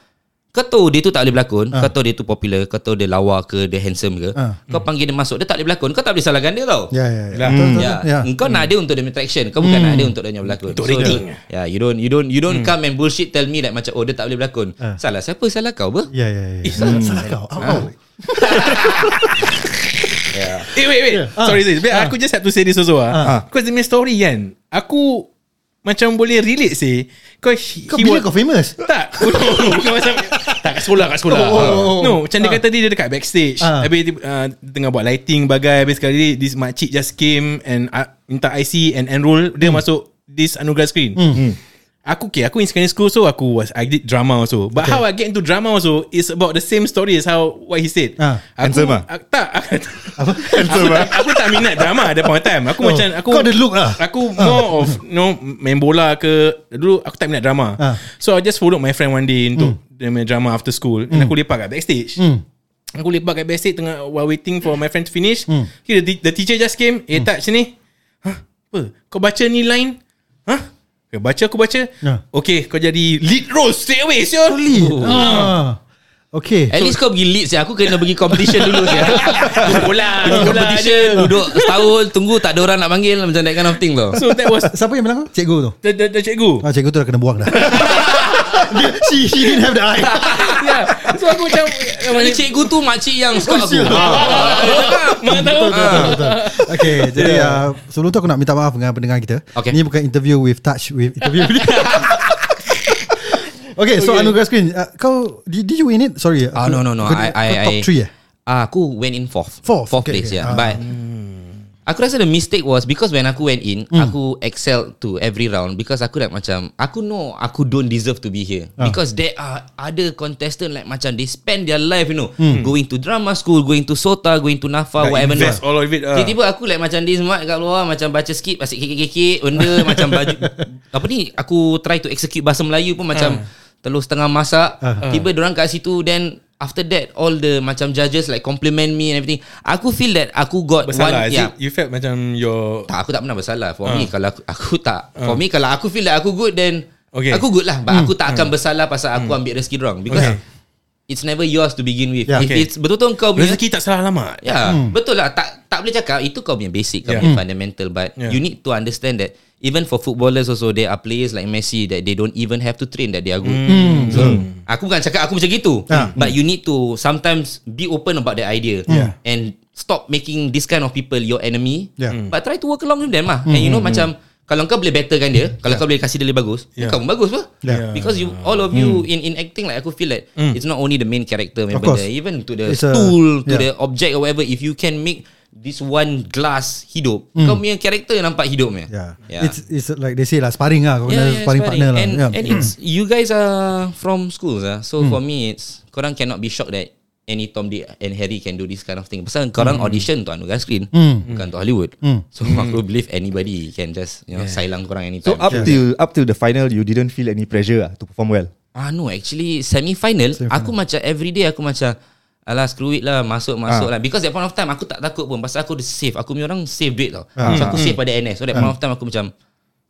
Speaker 6: kau tahu dia tu tak boleh berlakon, kau tahu dia tu popular, kau tahu dia lawa ke, dia handsome ke,
Speaker 1: Ah.
Speaker 6: kau panggil dia masuk, dia tak boleh berlakon, kau tak boleh salahkan dia tau.
Speaker 1: Yeah, yeah, yeah.
Speaker 2: Hmm. Lah. Hmm.
Speaker 1: Betul, Ya. Hmm. betul,
Speaker 6: Yeah.
Speaker 1: betul. yeah.
Speaker 6: Kau nak dia untuk dia punya traction Kau bukan nak dia untuk dia punya berlakon
Speaker 2: Untuk rating. Hmm.
Speaker 6: yeah, You don't you don't you don't come and bullshit Tell me like macam Oh dia tak boleh berlakon
Speaker 1: Ah. Ya.
Speaker 6: Salah siapa salah kau ber
Speaker 1: Yeah, yeah, yeah. yeah. Salah kau. Au, au.
Speaker 2: Eh wait wait
Speaker 1: Yeah.
Speaker 2: Sorry
Speaker 1: Ah.
Speaker 2: sorry But Aku just have to say this also
Speaker 1: Ah.
Speaker 2: ah. Because the main story kan Aku Macam boleh relate sih Kau he-
Speaker 1: Kau
Speaker 2: he
Speaker 1: bila
Speaker 2: wa-
Speaker 1: kau famous?
Speaker 2: tak
Speaker 1: (laughs)
Speaker 2: Bukan macam Tak kat sekolah Kat sekolah
Speaker 1: Oh, oh, oh.
Speaker 2: No macam dia
Speaker 1: Ah.
Speaker 2: kata Dia dekat backstage
Speaker 1: Ah.
Speaker 2: Habis dia, uh, dia Tengah buat lighting Bagai Habis sekali This makcik just came And uh, minta IC And enroll Dia
Speaker 1: Hmm.
Speaker 2: masuk This anugerah screen Aku okay Aku in secondary school So aku was I did drama also But how I get into drama also Is about the same story As how What he said
Speaker 1: Ah.
Speaker 2: Aku
Speaker 3: Handsome ah?
Speaker 2: ah, Tak
Speaker 1: (laughs)
Speaker 2: Apa (laughs) Aku tak, aku tak minat drama At that point of time Aku
Speaker 1: Oh,
Speaker 2: macam aku,
Speaker 1: kau ada look lah.
Speaker 2: Aku more of you know, Main bola ke Dulu aku tak minat drama
Speaker 1: Ah.
Speaker 2: So I just followed my friend one day Untuk dia punya drama after school And aku lepak kat backstage
Speaker 1: Hmm.
Speaker 2: Aku lepak kat backstage tengah While waiting for my friend to finish okay, the, te- the teacher just came Eh tak sini Hah apa Kau baca ni line Hah Kau baca aku baca
Speaker 1: Ah.
Speaker 2: Okay kau jadi lead role straight away Sial Oh.
Speaker 1: Really? Ah. Okay.
Speaker 6: At least kau pergi lead saya Aku kena pergi
Speaker 2: (laughs)
Speaker 6: competition dulu saya
Speaker 2: Bola bola
Speaker 6: Pergi competition
Speaker 2: je.
Speaker 6: Duduk setahun Tunggu tak ada orang nak panggil Macam that kind of thing tau
Speaker 2: So that was
Speaker 1: Siapa yang bilang kau? Cikgu tu.
Speaker 2: The, the, the (laughs) cikgu
Speaker 1: Ah, cikgu tu dah kena buang dah.
Speaker 6: (laughs)
Speaker 1: Dia- she, she didn't have the eye.
Speaker 2: yeah. So aku macam
Speaker 6: Ni cikgu tu makcik yang suka aku Ah,
Speaker 1: sial.
Speaker 2: Mana tahu
Speaker 6: (laughs)
Speaker 1: Okay, jadi uh, sebelum tu aku nak minta maaf dengan pendengar kita.
Speaker 6: Okay.
Speaker 1: Ni bukan interview with touch with interview.
Speaker 6: (laughs)
Speaker 1: okay, so Anugerah Screen, uh, kau did, did you win it? Sorry.
Speaker 6: Ah
Speaker 1: aku-
Speaker 6: no no no
Speaker 1: kau-
Speaker 6: I,
Speaker 1: kau
Speaker 6: I,
Speaker 1: top
Speaker 6: I,
Speaker 1: three eh.
Speaker 6: Ah, Aku went in fourth
Speaker 1: Fourth,
Speaker 6: Fourth
Speaker 1: okay,
Speaker 6: place
Speaker 1: okay.
Speaker 6: yeah
Speaker 1: Ah.
Speaker 6: But Aku rasa the mistake was Because when aku went in
Speaker 1: Hmm.
Speaker 6: Aku excel to every round Because aku like macam Aku know Aku don't deserve to be here
Speaker 1: Ah.
Speaker 6: Because there are Other contestant like macam They spend their life you know
Speaker 1: Hmm.
Speaker 6: Going to drama school Going to SOTA Going to NAFA Whatever
Speaker 2: Invest
Speaker 6: not.
Speaker 2: all of it ah.
Speaker 6: Tiba-tiba aku like macam this mat kat luar Macam baca skip Asyik kekek-kekek
Speaker 2: (laughs)
Speaker 6: Benda macam baju Apa ni Aku try to execute bahasa Melayu pun
Speaker 2: Ah.
Speaker 6: macam Telur setengah masak Tiba orang kat situ Then After that All the macam judges Like compliment me and everything Aku feel that Aku got
Speaker 2: Bersalah is
Speaker 6: one yeah.
Speaker 2: it? Ah. You felt macam your
Speaker 6: Tak aku tak pernah bersalah For me Kalau aku, aku tak For me kalau aku feel that aku good Then
Speaker 2: Ah. Okay. Hmm.
Speaker 6: Aku good lah But aku tak akan bersalah Pasal aku ambil rezeki orang Because
Speaker 2: Okay.
Speaker 6: It's never yours to begin with
Speaker 1: Yeah.
Speaker 6: If
Speaker 2: Okay.
Speaker 6: it's betul-betul kau punya
Speaker 2: Rezeki tak salah lama
Speaker 6: Ya, hmm. betul lah. Tak tak boleh cakap itu kau punya basic, kau
Speaker 2: Yeah.
Speaker 6: yeah. punya fundamental but
Speaker 2: Yeah.
Speaker 6: yeah. you need to understand that even for footballers also there are players like Messi that they don't even have to train that they are good. Mm.
Speaker 1: Hmm.
Speaker 6: So, aku bukan cakap aku macam gitu,
Speaker 1: Ah.
Speaker 6: but you need to sometimes be open about the idea
Speaker 1: Yeah.
Speaker 6: and stop making this kind of people your enemy. Hmm.
Speaker 1: Yeah. Hmm. Mm.
Speaker 6: But try to work along with them lah. And you know macam kalau kau boleh betterkan dia, kalau kau boleh kasih dia lebih bagus,
Speaker 2: Yeah.
Speaker 6: yeah. kau pun bagus apa?
Speaker 1: Yeah. Hmm.
Speaker 6: Because you all of you in in acting like aku feel like it's not only the main character
Speaker 1: Of
Speaker 6: benda,
Speaker 1: course.
Speaker 6: even to the
Speaker 1: It's a-
Speaker 6: tool to
Speaker 1: yeah.
Speaker 6: the object or whatever if you can make this one glass hidup mm. kau punya character nampak hidup punya
Speaker 1: Hmm. Yeah.
Speaker 6: yeah.
Speaker 1: It's it's like they say lah sparring lah kau kena
Speaker 6: yeah, yeah,
Speaker 1: sparring, partner lah.
Speaker 6: and,
Speaker 1: yeah. Hmm.
Speaker 6: and it's you guys are from schools ah so for me it's korang cannot be shocked that any Tom Dick and Harry can do this kind of thing. Pasal korang
Speaker 1: Hmm.
Speaker 6: audition untuk anugerah screen, bukan untuk Hollywood. So aku believe anybody can just you know silang korang anytime.
Speaker 3: So up till up till the final, you didn't feel any pressure ah to perform well.
Speaker 6: Ah no, actually semi final aku macam every day aku macam Alah screw it lah Masuk masuk
Speaker 1: Ah.
Speaker 6: lah Because that point of time Aku tak takut pun Pasal aku dah save Aku punya orang save duit tau
Speaker 1: Ah.
Speaker 6: So aku save pada NS So that point of time aku macam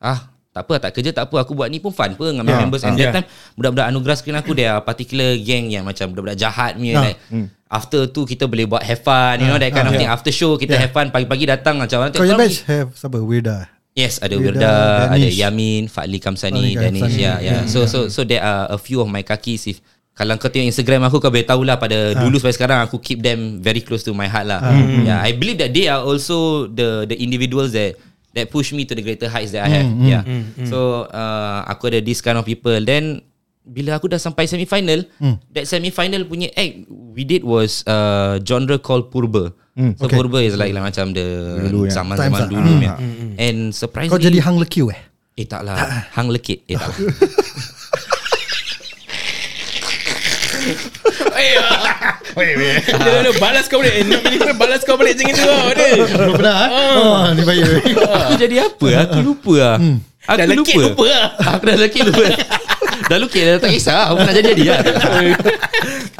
Speaker 6: Ah tak apa tak kerja tak apa Aku buat ni pun fun pun Dengan
Speaker 1: Ah.
Speaker 6: my members And
Speaker 2: Yeah.
Speaker 6: that time Budak-budak anugerah screen aku They are particular gang Yang macam budak-budak jahat punya
Speaker 1: Ah.
Speaker 6: like,
Speaker 1: Hmm.
Speaker 6: After tu kita boleh buat have fun You know that kind of thing After show kita have fun Pagi-pagi datang macam orang
Speaker 1: Kau yang Eh,
Speaker 6: tengok orang
Speaker 1: batch have siapa? Wirda.
Speaker 6: Yes, ada
Speaker 1: Wirda,
Speaker 6: Wirda, ada
Speaker 1: Danish.
Speaker 6: Yamin,
Speaker 1: Fadli
Speaker 6: Fadli Kamsani,
Speaker 1: Kamsani, ya.
Speaker 6: Danish. Yeah, yeah. So so so there are a few of my kakis if kalau kau tengok Instagram aku kau boleh tahulah
Speaker 1: Ha.
Speaker 6: pada dulu sampai sekarang aku keep them very close to my heart lah.
Speaker 1: Hmm.
Speaker 6: Yeah, I believe that they are also the the individuals that that push me to the greater heights that I have.
Speaker 1: Hmm,
Speaker 6: Yeah. So uh, aku ada this kind of people then bila aku dah sampai semi final
Speaker 1: Hmm.
Speaker 6: that semi final punya act we did was uh, genre called purba. So
Speaker 1: Hmm, okay.
Speaker 6: purba is like, like macam the
Speaker 3: Dulu, yeah.
Speaker 1: Times
Speaker 6: zaman-zaman
Speaker 1: lah.
Speaker 6: dulu punya. Hmm. And surprisingly
Speaker 1: Kau jadi hang lekiu eh?
Speaker 6: Eh tak lah Hang lekit Eh (laughs) tak lah
Speaker 2: (laughs) Dia dah balas kau balik Eh, Nak bini kau balas kau balik Macam lah, itu tau (laughs) Adil
Speaker 1: Belum pernah eh?
Speaker 6: (laughs)
Speaker 1: Oh, ni baik.
Speaker 6: Aku jadi apa eh? Aku lupa lah Aku
Speaker 2: Hmm. Dah lekit lupa lah
Speaker 6: Aku (laughs) dah lekit lupa Dah lekit dah tak kisah Aku nak jadi-jadi
Speaker 2: (laughs)
Speaker 6: lah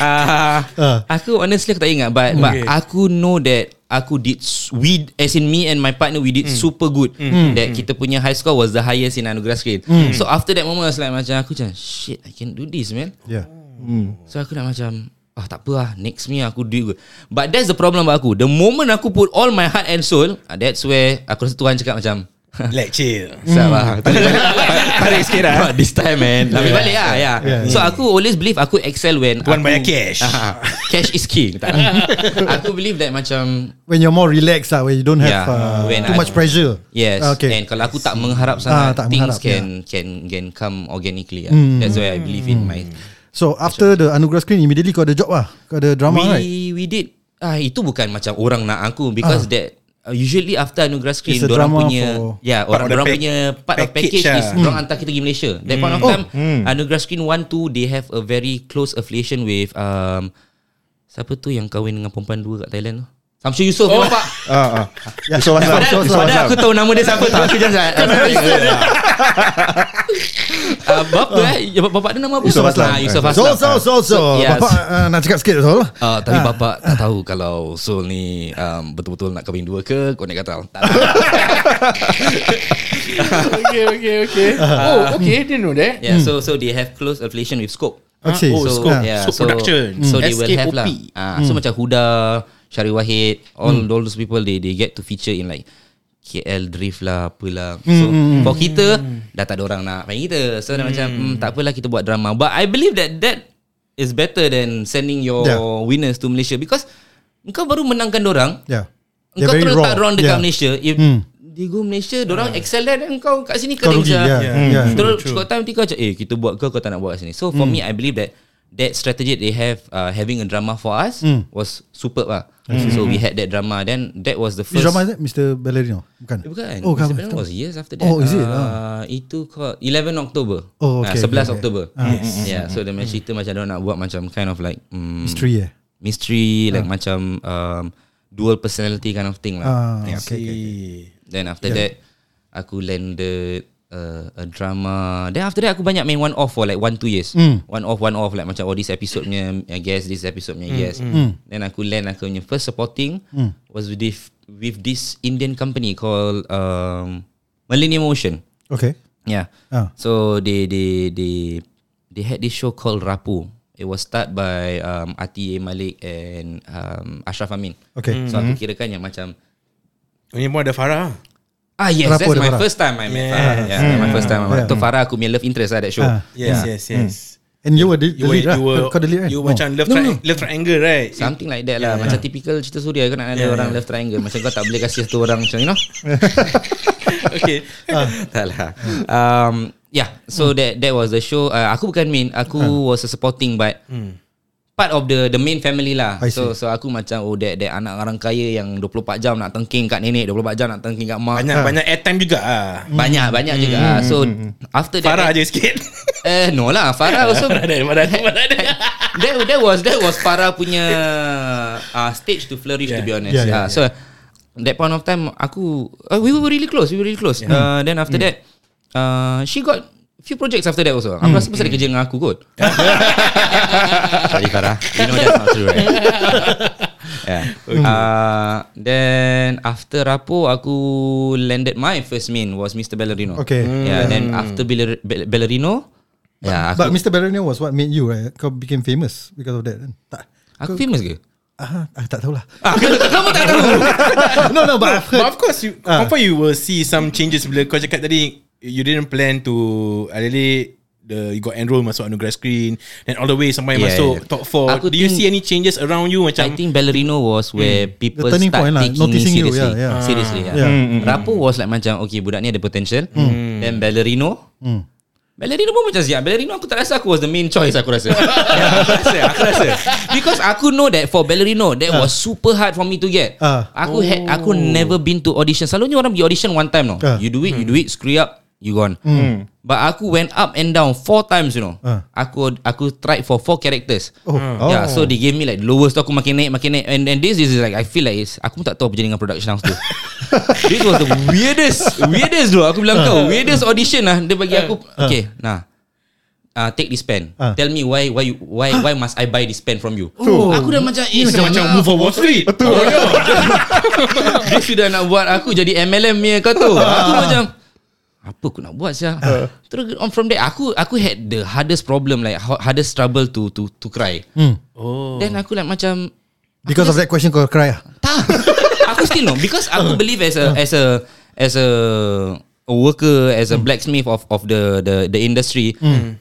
Speaker 6: Ah,
Speaker 1: Ah.
Speaker 6: Aku honestly aku tak ingat But, but
Speaker 2: Okay.
Speaker 6: aku know that Aku did s- We As in me and my partner We did super good
Speaker 2: Hmm.
Speaker 6: That kita punya high score Was the highest in Anugerah Screen So after that moment I was like Macam aku macam Shit I can do this man
Speaker 1: Yeah.
Speaker 6: So aku dah macam Ah tak apa lah Next me aku do it. But that's the problem about aku The moment aku put all my heart and soul ah, That's where Aku rasa Tuhan cakap macam (laughs)
Speaker 2: Like chill
Speaker 6: Siap lah Tarik Tarik sikit lah Not this time man Ambil balik lah yeah.
Speaker 1: Yeah.
Speaker 6: So aku always believe Aku excel when
Speaker 2: Tuan
Speaker 6: aku-
Speaker 2: bayar (laughs)
Speaker 6: (laughs)
Speaker 2: cash.
Speaker 6: Ah, Cash is king tak? Aku believe that macam
Speaker 1: When you're more relaxed lah, when you don't have
Speaker 6: Yeah,
Speaker 1: uh,
Speaker 6: when
Speaker 1: too
Speaker 6: I-
Speaker 1: much pressure.
Speaker 6: Yes okay. And
Speaker 1: Okay.
Speaker 6: kalau aku tak mengharap
Speaker 1: Ah,
Speaker 6: sangat
Speaker 1: tak
Speaker 6: Things
Speaker 1: mengharap,
Speaker 6: can, can can come organically lah. That's why I believe in my
Speaker 1: So after the anugerah screen, immediately kau ada job lah. Kau ada drama
Speaker 6: we,
Speaker 1: right?
Speaker 6: We did ah itu bukan macam orang nak aku because
Speaker 1: Ah.
Speaker 6: that uh, usually after anugerah screen
Speaker 1: It's a
Speaker 6: orang
Speaker 1: drama
Speaker 6: punya
Speaker 1: for- Hmm.
Speaker 6: yeah
Speaker 2: Part
Speaker 6: orang
Speaker 2: of the
Speaker 6: orang
Speaker 2: pack-
Speaker 6: punya part of
Speaker 2: package
Speaker 6: package
Speaker 2: lah. Hmm.
Speaker 6: is orang hantar kita pergi Malaysia. That
Speaker 1: Oh.
Speaker 6: point of time anugerah screen 1 2 they have a very close affiliation with um siapa tu yang kahwin dengan perempuan dua kat Thailand tu? Samsul Yusof oh. nampak?
Speaker 3: Ah ah. Yeah.
Speaker 2: Oh,
Speaker 3: So last
Speaker 6: Padahal, padahal aku tahu nama dia siapa tak Aku just uh, Ah, Bapa eh Bapak dia nama apa?
Speaker 1: Yusof Aslam.
Speaker 6: Ah, Yusof
Speaker 1: So,
Speaker 6: Aslam
Speaker 1: so, so, so.
Speaker 6: Yes.
Speaker 1: Bapak uh, nak cakap sikit Zul.
Speaker 6: Uh,
Speaker 2: Ah.
Speaker 6: tapi bapa tak tahu kalau Sul ni um, betul-betul nak kahwin dua ke kau nak kata (laughs) tak lah.
Speaker 2: Okay okay okay (laughs) Oh okay Didn't know that
Speaker 6: yeah so so they have close affiliation with Scope
Speaker 1: Okay.
Speaker 2: Oh,
Speaker 1: So,
Speaker 2: Scope.
Speaker 1: yeah.
Speaker 2: Scope Production.
Speaker 6: so
Speaker 2: Mm.
Speaker 6: they will have lah
Speaker 2: SKOP.
Speaker 6: uh, so macam Huda Syari Wahid all,
Speaker 2: Hmm.
Speaker 6: all those people they they get to feature in like KL Drift lah apalah
Speaker 2: Hmm,
Speaker 6: so for kita dah tak ada orang nak panggil kita so dah macam
Speaker 2: Hmm.
Speaker 6: mm, tak apalah kita buat drama but I believe that that is better than sending your
Speaker 1: Yeah.
Speaker 6: winners to Malaysia because kau baru menangkan orang
Speaker 1: yeah. They're
Speaker 6: Engkau
Speaker 1: very
Speaker 6: terus tak
Speaker 1: raw.
Speaker 6: round dekat
Speaker 1: Yeah.
Speaker 6: Malaysia If
Speaker 1: Hmm.
Speaker 6: They go Malaysia Diorang excel there Then kau kat sini
Speaker 1: Kau
Speaker 6: kering
Speaker 1: rugi,
Speaker 6: je
Speaker 1: yeah. Hmm. Yeah. Yeah.
Speaker 6: Terus cukup time nanti kau macam Eh kita buat kau Kau tak nak buat kat sini So for
Speaker 1: Hmm.
Speaker 6: me I believe that That strategy they have uh, Having a drama for us
Speaker 1: Hmm.
Speaker 6: Was superb lah So we had that drama Then that was the
Speaker 1: Which
Speaker 6: first
Speaker 1: drama is it? Mr. Ballerino? Bukan.
Speaker 6: Eh, Bukan
Speaker 1: Oh,
Speaker 6: oh,
Speaker 1: bukan.
Speaker 6: It was years after that
Speaker 1: Oh, is it?
Speaker 6: Uh, Itu called 11 Oktober
Speaker 1: Oh,
Speaker 6: Ah,
Speaker 1: okay, okay,
Speaker 6: 11
Speaker 1: Ah, okay.
Speaker 6: Oktober Yeah so dia punya cerita Macam dia nak buat Macam kind of like mm,
Speaker 1: Mystery eh.
Speaker 6: Mystery Like macam um, Dual personality kind of thing lah
Speaker 1: Ah, okay.
Speaker 6: Then after yeah. that Aku landed uh, A drama Then after that Aku banyak main one off For like one two years mm. One off one off Like macam Oh this episode punya uh, Guest This episode punya mm. guest mm. Then aku land Aku punya first supporting mm. Was with this, with this Indian company Called um, Millennium Ocean
Speaker 1: Okay.
Speaker 6: Yeah
Speaker 1: Ah.
Speaker 6: So they they they they had this show called Rapu. It was started by um, Ati A. Malik and um, Ashraf Amin.
Speaker 1: Okay.
Speaker 6: So aku kirakan yang macam
Speaker 2: Ini pun ada Farah
Speaker 6: Ah yes,
Speaker 1: Rapuh dia
Speaker 6: that's my
Speaker 1: Farah.
Speaker 6: first time I met
Speaker 2: Yes.
Speaker 6: Farah. Yeah, that's my first time.
Speaker 1: Yeah.
Speaker 6: Yeah. Tu Farah aku punya love interest lah that show.
Speaker 1: Ah.
Speaker 2: Yes yes yes
Speaker 1: And you were the, the
Speaker 2: Hmm. You were,
Speaker 1: lead lah.
Speaker 2: you were,
Speaker 1: Kau the lead kan?
Speaker 2: you macam love, tri- love triangle right
Speaker 6: Something like that lah Macam typical cerita suria Kau nak ada
Speaker 2: Yeah,
Speaker 6: orang
Speaker 2: yeah.
Speaker 6: love triangle Macam kau tak boleh kasih satu orang Macam you know
Speaker 2: Okay
Speaker 6: Tak lah um, Yeah So that that was the show uh, Aku bukan main Aku was a supporting But Part of the the main family lah
Speaker 1: I
Speaker 6: So so aku macam Oh that, that anak orang kaya Yang 24 jam nak tengking kat nenek 24 jam nak tengking kat mak Ah.
Speaker 2: Banyak banyak airtime juga ah.
Speaker 6: Banyak banyak juga ah. So After that
Speaker 2: Farah je sikit (laughs)
Speaker 6: Eh no lah Farah also (laughs)
Speaker 2: Farah ada Farah ada Farah ada
Speaker 6: that, that was that was para punya uh, stage to flourish yeah. to be honest. Yeah,
Speaker 1: Yeah, yeah,
Speaker 6: yeah, uh, so that point of time aku uh, we were really close, we were really close. Yeah. Uh, then after mm. that uh, she got few projects after that also. Aku rasa pasal dia kerja dengan aku (laughs) kot. Sorry Farah, you know that's not true right? (laughs) yeah. Uh, then after Rapo aku landed my first main was Mr. Ballerino.
Speaker 1: Okay. Hmm.
Speaker 6: Yeah, then after Baller- Ball- Ballerino Yeah,
Speaker 1: But
Speaker 6: aku,
Speaker 1: Mr. Ballerina was what made you right? Kau became famous because of that. kan? Tak.
Speaker 6: aku famous ke?
Speaker 1: Ah, ah, tak (laughs) tahulah.
Speaker 6: Ah, kamu tak tahu.
Speaker 1: Ah, no, no, but I've
Speaker 2: But
Speaker 1: heard. Ah.
Speaker 2: of course you, uh. Confirm you will see Some changes Bila kau cakap tadi You didn't plan to Alele the, You got enrolled Masuk anugerah screen Then all the way Sampai
Speaker 6: Yeah,
Speaker 2: yeah, masuk yeah.
Speaker 6: yeah.
Speaker 2: top 4
Speaker 6: Aku
Speaker 2: Do you
Speaker 6: think-
Speaker 2: see any changes Around you macam
Speaker 6: I think Ballerino was where people
Speaker 1: Hmm. The turning
Speaker 6: start
Speaker 1: point lah,
Speaker 6: taking
Speaker 1: noticing
Speaker 6: me
Speaker 1: you,
Speaker 6: seriously.
Speaker 1: yeah, yeah.
Speaker 6: Seriously, yeah.
Speaker 1: Yeah. Mm,
Speaker 6: Rapo was like macam okay budak ni ada potential.
Speaker 1: Hmm.
Speaker 6: Then Ballerino. Ballerino pun macam siap Ballerino aku tak rasa Aku was the main choice Aku
Speaker 1: (laughs)
Speaker 6: rasa yeah, Aku rasa Aku rasa Because aku know that For Ballerino That was super hard For me to get
Speaker 1: Ah.
Speaker 6: Aku ha, had Aku never been to audition Selalunya orang pergi audition One time no
Speaker 1: Ah. Hmm.
Speaker 6: You do it You do it Screw up You gone But aku went up and down Four times you know
Speaker 1: Ah.
Speaker 6: Aku Aku tried for four characters
Speaker 1: Oh.
Speaker 6: Oh. Yeah, so they gave me like lowest tu aku makin naik makin naik and and this is like I feel like it's aku pun tak tahu apa jadi dengan production house tu.
Speaker 1: (laughs)
Speaker 6: this was the weirdest weirdest tu aku bilang kau weirdest audition lah dia bagi aku okay nah uh, take this pen.
Speaker 1: Ah.
Speaker 6: Tell me why why you, why why must I buy this pen from you? Aku dah macam eh
Speaker 2: Macam macam move on Wall Street Betul
Speaker 6: dia sudah nak buat aku jadi MLM ni kau tu. Aku macam apa aku nak buat sia? Terus on from there aku aku had the hardest problem like ho- hardest struggle to to to cry. Oh. Then aku like macam
Speaker 1: hmm. Because of that question kau cry ah.
Speaker 6: tak. (laughs) aku still know because
Speaker 1: Uh.
Speaker 6: aku believe as a as a as a a worker as a
Speaker 1: Hmm.
Speaker 6: blacksmith of of the the the industry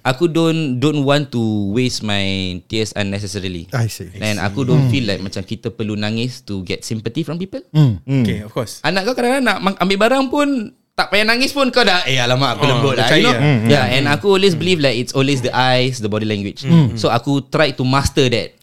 Speaker 6: aku don't don't want to waste my tears unnecessarily
Speaker 1: I see. Hmm.
Speaker 6: and aku don't feel like macam kita perlu nangis to get sympathy from people
Speaker 1: Hmm.
Speaker 2: Okay of course
Speaker 6: anak kau kadang-kadang nak mang- ambil barang pun tak payah nangis pun kau dah eh alamak aku
Speaker 2: Oh,
Speaker 6: lembut lah
Speaker 2: percaya.
Speaker 6: you know
Speaker 2: Mm,
Speaker 6: yeah and aku always believe like it's always the eyes the body language so aku try to master that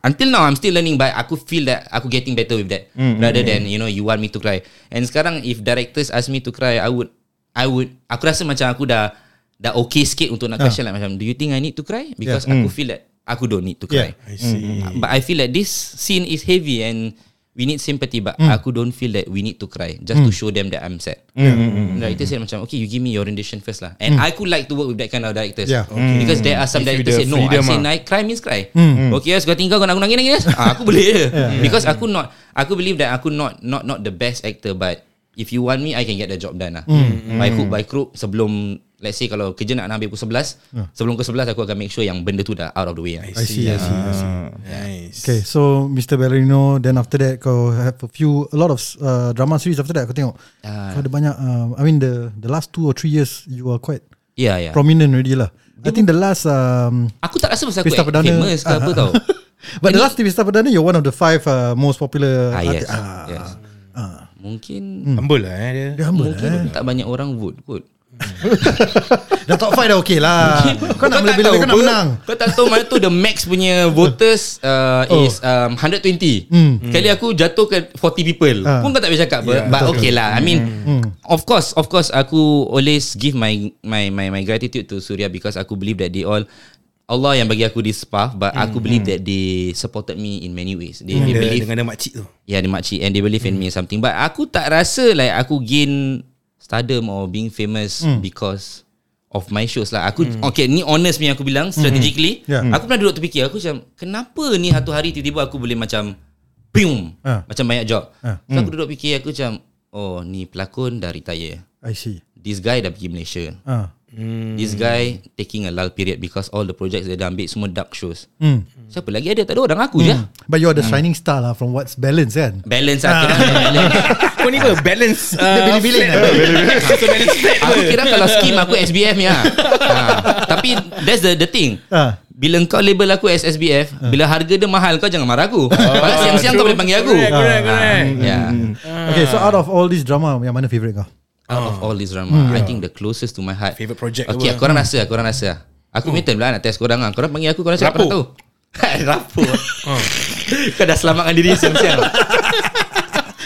Speaker 6: until now I'm still learning but aku feel that aku getting better with that rather than you know you want me to cry and sekarang if directors ask me to cry I would I would aku rasa macam aku dah dah okay sikit untuk nak question like macam do you think I need to cry because aku feel that aku don't need to cry
Speaker 1: Yeah.
Speaker 2: I see
Speaker 6: But I feel like this scene is heavy and we need sympathy but mm. aku don't feel that we need to cry just mm. to show them that I'm sad. Mm. Director said macam okay you give me your rendition first lah. And mm. I could like to work with that kind of directors.
Speaker 1: Yeah.
Speaker 6: Because there are some
Speaker 2: Mm. Give you the
Speaker 6: directors say no I
Speaker 2: freedom
Speaker 6: say
Speaker 2: ah." Mm.
Speaker 6: nah, cry means cry. Okay yes kau tinggal kau nak aku nangis (laughs) nangis. ah, aku boleh je. Because aku not aku believe that aku not not not the best actor but if you want me I can get the job done lah. By hook by crook sebelum let's say kalau kerja nak nak habis pukul 11 sebelum pukul 11 aku akan make sure yang benda tu dah out of the way. lah.
Speaker 1: I see, I see, I see.
Speaker 2: Nice
Speaker 1: Ah. Okay, so Mr. Ballerino, then after that kau have a few, a lot of uh, drama series after that aku tengok.
Speaker 6: Ah.
Speaker 1: Kau ada banyak, um, I mean the the last two or three years you are quite
Speaker 6: Yeah yeah.
Speaker 1: prominent already lah. I think the last um,
Speaker 6: Aku tak rasa pasal aku
Speaker 1: Pesta
Speaker 6: act-
Speaker 1: Perdana.
Speaker 6: famous ke
Speaker 1: Ah,
Speaker 6: apa
Speaker 1: ah.
Speaker 6: tau.
Speaker 1: But the last TV star perdana You're one of the five uh, Most popular
Speaker 6: Ah,
Speaker 1: arti-
Speaker 6: yes.
Speaker 1: ah,
Speaker 6: yes. Mungkin
Speaker 2: Humble lah eh dia
Speaker 1: Dia humble
Speaker 6: mungkin
Speaker 1: Hmm, eh.
Speaker 6: tak banyak orang vote kot.
Speaker 1: Dah top five dah okay lah Kau nak
Speaker 6: tak
Speaker 1: bila-bila
Speaker 6: tahu
Speaker 1: Kau nak
Speaker 6: apa.
Speaker 1: menang
Speaker 6: Kau tak tahu mana tu the max punya voters uh, oh. is um, 120. Kali aku jatuh ke 40 people.
Speaker 1: Hmm. Ah. Hmm.
Speaker 6: Pun kau tak boleh cakap apa. Yeah, but okay lah. I mean of course of course aku always give my my my my gratitude to Surya because aku believe that they all Allah yang bagi aku this path but aku
Speaker 1: Hmm.
Speaker 6: believe that they supported me in many ways. They, they
Speaker 2: Dia
Speaker 6: believe
Speaker 2: Dengan ada makcik tu
Speaker 6: Yeah Ya, dia makcik And they believe in me or something But aku tak rasa Like aku gain Stardom or being famous
Speaker 1: Hmm.
Speaker 6: Because Of my shows lah Aku Okay ni honest ni aku bilang
Speaker 1: Hmm.
Speaker 6: Strategically
Speaker 1: Yeah.
Speaker 6: Aku pernah duduk terfikir Aku macam Kenapa ni satu hari Tiba-tiba aku boleh macam Pium
Speaker 1: Ah.
Speaker 6: Macam banyak job
Speaker 1: Ah.
Speaker 6: So aku duduk fikir Aku macam Oh ni pelakon dah retire
Speaker 1: I see
Speaker 6: This guy dah pergi Malaysia
Speaker 1: ah.
Speaker 6: This guy Taking a lull period Because all the projects Dia dah ambil semua dark shows
Speaker 1: Hmm.
Speaker 6: Siapa lagi ada Tak ada orang aku je
Speaker 1: But you're the
Speaker 6: Hmm.
Speaker 1: shining star lah From what's balance kan
Speaker 6: Balance lah Kira balance
Speaker 1: (laughs)
Speaker 2: Kau ni apa Balance uh,
Speaker 1: Bila-bila
Speaker 6: lah.
Speaker 2: flat apa?
Speaker 6: (laughs)
Speaker 2: So balance flat
Speaker 6: Aku kira kalau scheme aku SBF ni
Speaker 2: (laughs)
Speaker 6: lah. ha. Tapi that's the the thing.
Speaker 2: Ha.
Speaker 1: Ah.
Speaker 6: Bila kau label aku as SBF, bila harga dia mahal kau jangan marah aku. Malah siang-siang kau
Speaker 2: Oh, true.
Speaker 6: boleh panggil aku.
Speaker 2: Correct, correct, Hmm,
Speaker 6: Ah,
Speaker 2: correct.
Speaker 6: Yeah. Hmm.
Speaker 1: Okay so out of all this drama Yang mana favourite kau
Speaker 6: Out
Speaker 2: Ah.
Speaker 6: of all this drama,
Speaker 2: Hmm.
Speaker 6: I think the closest to my heart.
Speaker 2: Favourite project
Speaker 6: Okay,
Speaker 2: apa? Oh.
Speaker 6: korang rasa, korang rasa. Aku punya turn lah nak test korang lah. Korang panggil aku, korang siapa
Speaker 2: Rapuh. Oh.
Speaker 6: tahu. (laughs) Rapu. (laughs) Kau dah selamatkan diri siang-siang.
Speaker 2: (laughs)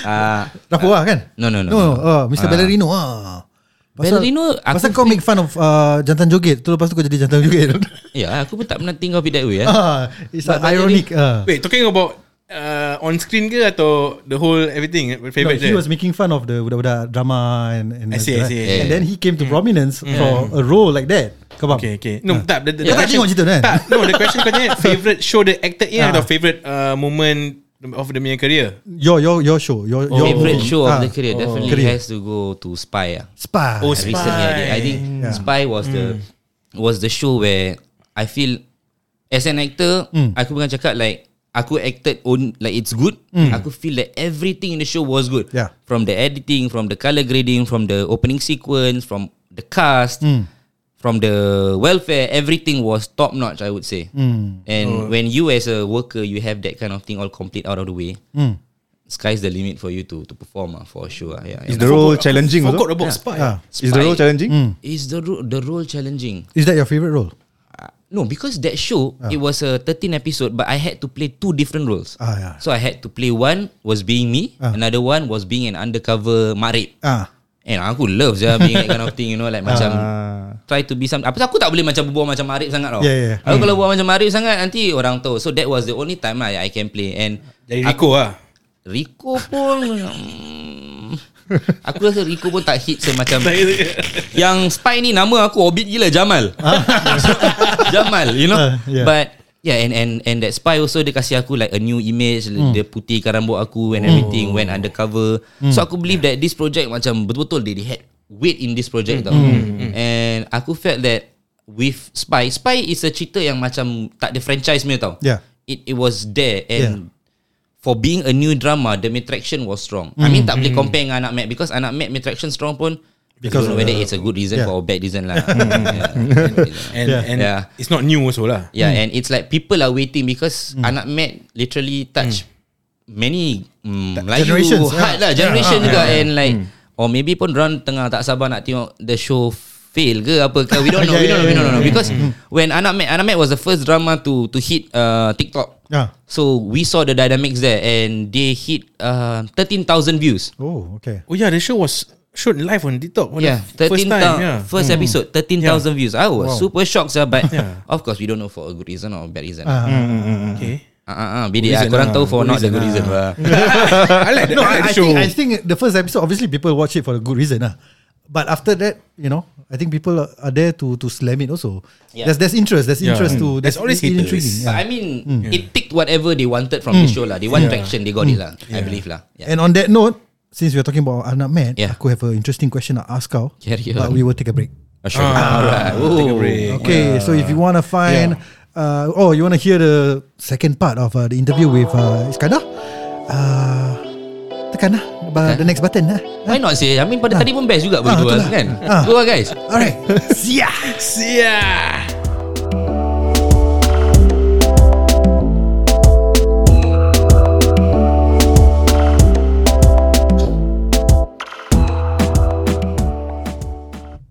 Speaker 6: Ah,
Speaker 1: Rapu lah kan
Speaker 6: Uh, No, no, no,
Speaker 1: No,
Speaker 6: no. Ah.
Speaker 1: Oh, Mr. Ballerino ah.
Speaker 6: Ballerino, aku
Speaker 1: Pasal kau make fun of uh, Jantan joget Tu lepas tu kau jadi jantan joget (laughs)
Speaker 6: Ya, aku pun tak pernah think of it that way. Eh.
Speaker 1: ah, It's but,
Speaker 6: But- but
Speaker 1: ironic uh.
Speaker 2: Wait, talking about uh, on screen ke atau the whole everything
Speaker 1: No,
Speaker 2: favorite
Speaker 1: he
Speaker 2: je?
Speaker 1: was making fun of the budak-budak drama and, and
Speaker 2: I see, I see, I see. Mm.
Speaker 1: and then he came to prominence for a role like that. Come on.
Speaker 2: Okay, okay. No, tak. The, the,
Speaker 1: Kau tak
Speaker 2: question-
Speaker 1: tengok cerita tu kan?
Speaker 2: Tak, no, the question kau
Speaker 1: (laughs)
Speaker 2: tanya favorite show the actor in
Speaker 1: Ah.
Speaker 2: atau favorite uh, moment of the punya career?
Speaker 1: Your your your show, your your
Speaker 2: Oh.
Speaker 6: Favorite show
Speaker 1: Ah,
Speaker 6: of the career definitely
Speaker 1: career.
Speaker 6: has to go to Spy. Ah.
Speaker 1: Spa.
Speaker 2: Oh,
Speaker 1: Oh,
Speaker 2: Spy. Mm.
Speaker 6: Recently, I, did. I think
Speaker 1: Yeah.
Speaker 6: Spy was the was the show where I feel as an actor,
Speaker 2: Mm.
Speaker 6: aku bukan cakap like aku acted on like it's good.
Speaker 2: Mm.
Speaker 6: Aku feel that everything in the show was good.
Speaker 1: Yeah.
Speaker 6: From the editing, from the color grading, from the opening sequence, from the cast.
Speaker 2: Mm.
Speaker 6: From the welfare, everything was top notch. I would say,
Speaker 2: Mm.
Speaker 6: and
Speaker 3: Oh.
Speaker 6: when you as a worker, you have that kind of thing all complete out of the way.
Speaker 1: Hmm.
Speaker 6: Sky's the limit for you to to perform ah, for sure. ah. Yeah,
Speaker 3: Is the
Speaker 6: yeah.
Speaker 3: role challenging? also?
Speaker 2: Forgot about Spy.
Speaker 1: Ah.
Speaker 3: Is the role
Speaker 6: Spy-
Speaker 3: challenging?
Speaker 6: Is the ro- the role challenging?
Speaker 1: Is that your favorite role?
Speaker 6: Uh, no, because that show it was a 13 episode, but I had to play two different roles.
Speaker 1: Ah, yeah.
Speaker 6: So I had to play one was being me,
Speaker 1: Ah.
Speaker 6: another one was being an undercover marip.
Speaker 1: Ah.
Speaker 6: And aku love je being that kind of thing, you know, like macam
Speaker 3: Ah.
Speaker 6: try to be some. Apa aku tak boleh macam berbual macam marip sangat tau.
Speaker 1: Yeah, yeah, Hmm. yeah.
Speaker 6: Aku kalau buat macam marip sangat nanti orang tahu. So that was the only time lah I can play and
Speaker 2: Dari Rico lah.
Speaker 6: Rico pun mm, Aku rasa Rico pun tak hit semacam Yang spy ni nama aku orbit gila
Speaker 1: (laughs)
Speaker 6: Jamal Jamal you know
Speaker 1: Ah, yeah.
Speaker 6: But Yeah and and and that spy also dia kasih aku like a new image
Speaker 1: Hmm.
Speaker 6: dia putihkan rambut aku and everything went undercover
Speaker 1: Hmm.
Speaker 6: so aku believe that this project macam betul-betul they, they had weight in this project
Speaker 1: Hmm.
Speaker 6: tau and aku felt that with spy spy is a cerita yang macam tak ada franchise punya tau
Speaker 1: Yeah.
Speaker 6: it it was there
Speaker 1: Yeah.
Speaker 6: and for being a new drama the attraction was strong I mean tak boleh compare dengan anak Mac because anak Mac attraction strong pun
Speaker 1: Mm. Because
Speaker 6: because don't
Speaker 1: of
Speaker 6: know
Speaker 1: the-
Speaker 6: whether it's a good reason
Speaker 1: Yeah. Mm.
Speaker 6: for or bad reason
Speaker 1: (laughs)
Speaker 6: lah yeah.
Speaker 2: And,
Speaker 1: Yeah.
Speaker 2: and
Speaker 6: Yeah.
Speaker 2: it's not new also lah.
Speaker 6: yeah
Speaker 1: Mm.
Speaker 6: and it's like people are waiting because anak Mac literally touch many mm,
Speaker 1: Mm.
Speaker 6: Melayu
Speaker 1: generations, yeah.
Speaker 6: heart
Speaker 1: Mm.
Speaker 6: lah generation juga and like or maybe pun run tengah tak sabar nak tengok the show fail ke apa ke we
Speaker 1: (laughs)
Speaker 6: don't know
Speaker 1: Yeah,
Speaker 6: we don't know we
Speaker 1: yeah,
Speaker 6: don't
Speaker 1: yeah.
Speaker 6: know
Speaker 1: Mm.
Speaker 6: because when anak Mac anak Mac was the first drama to to hit uh, TikTok
Speaker 1: Yeah.
Speaker 6: So we saw the dynamics there and they hit uh, 13,000 views.
Speaker 1: Oh, okay.
Speaker 2: Oh yeah, the show was shot live on TikTok. for Oh, the
Speaker 6: yeah,
Speaker 2: f-
Speaker 6: 13
Speaker 2: first time.
Speaker 1: uh, (laughs)
Speaker 2: yeah. Hmm.
Speaker 6: first episode 13,000 views. I was super shocked sir, but
Speaker 2: Yeah.
Speaker 6: (laughs) of course we don't know for a good reason or a bad reason. Ah
Speaker 2: Hmm,
Speaker 1: Ah.
Speaker 2: Okay.
Speaker 6: ah uh, uh, bidik
Speaker 2: reason
Speaker 6: ah,
Speaker 2: lah,
Speaker 6: korang tahu for
Speaker 2: good
Speaker 6: not the
Speaker 2: reason
Speaker 6: good
Speaker 2: lah.
Speaker 6: reason.
Speaker 2: (laughs)
Speaker 6: lah.
Speaker 2: I like that.
Speaker 1: No,
Speaker 2: I
Speaker 1: I, I
Speaker 2: like the show.
Speaker 1: think I think the first episode obviously people watch it for a good reason lah. But after that, you know, I think people are- are there to to slam it also.
Speaker 6: Yeah.
Speaker 1: There's there's interest, there's
Speaker 2: Yeah.
Speaker 1: interest to
Speaker 2: Mm. There's always
Speaker 1: in-
Speaker 2: haters.
Speaker 1: intriguing,
Speaker 6: But
Speaker 1: yeah.
Speaker 6: I mean
Speaker 2: Hmm.
Speaker 6: it picked whatever they wanted from the show lah. They want traction, they got it lah. I believe lah. Yeah.
Speaker 1: And on that note, since we're talking about Anak Mat,
Speaker 6: Yeah.
Speaker 1: aku have an interesting question to ask kau.
Speaker 6: Carry
Speaker 1: But
Speaker 6: on.
Speaker 1: we will take a break.
Speaker 6: sure. Alright.
Speaker 2: Take a
Speaker 6: Oh.
Speaker 2: break.
Speaker 1: Okay, so if you want to find, uh, oh, you want to hear the second part of uh, the interview with uh, Iskandar, uh, tekan lah ba- the next button lah.
Speaker 6: Why not sih?
Speaker 2: Ah. lah.
Speaker 6: kan? I mean pada tadi pun best juga berdua
Speaker 1: itulah.
Speaker 6: kan.
Speaker 1: Ah.
Speaker 6: Go lah guys.
Speaker 1: Alright.
Speaker 2: See ya.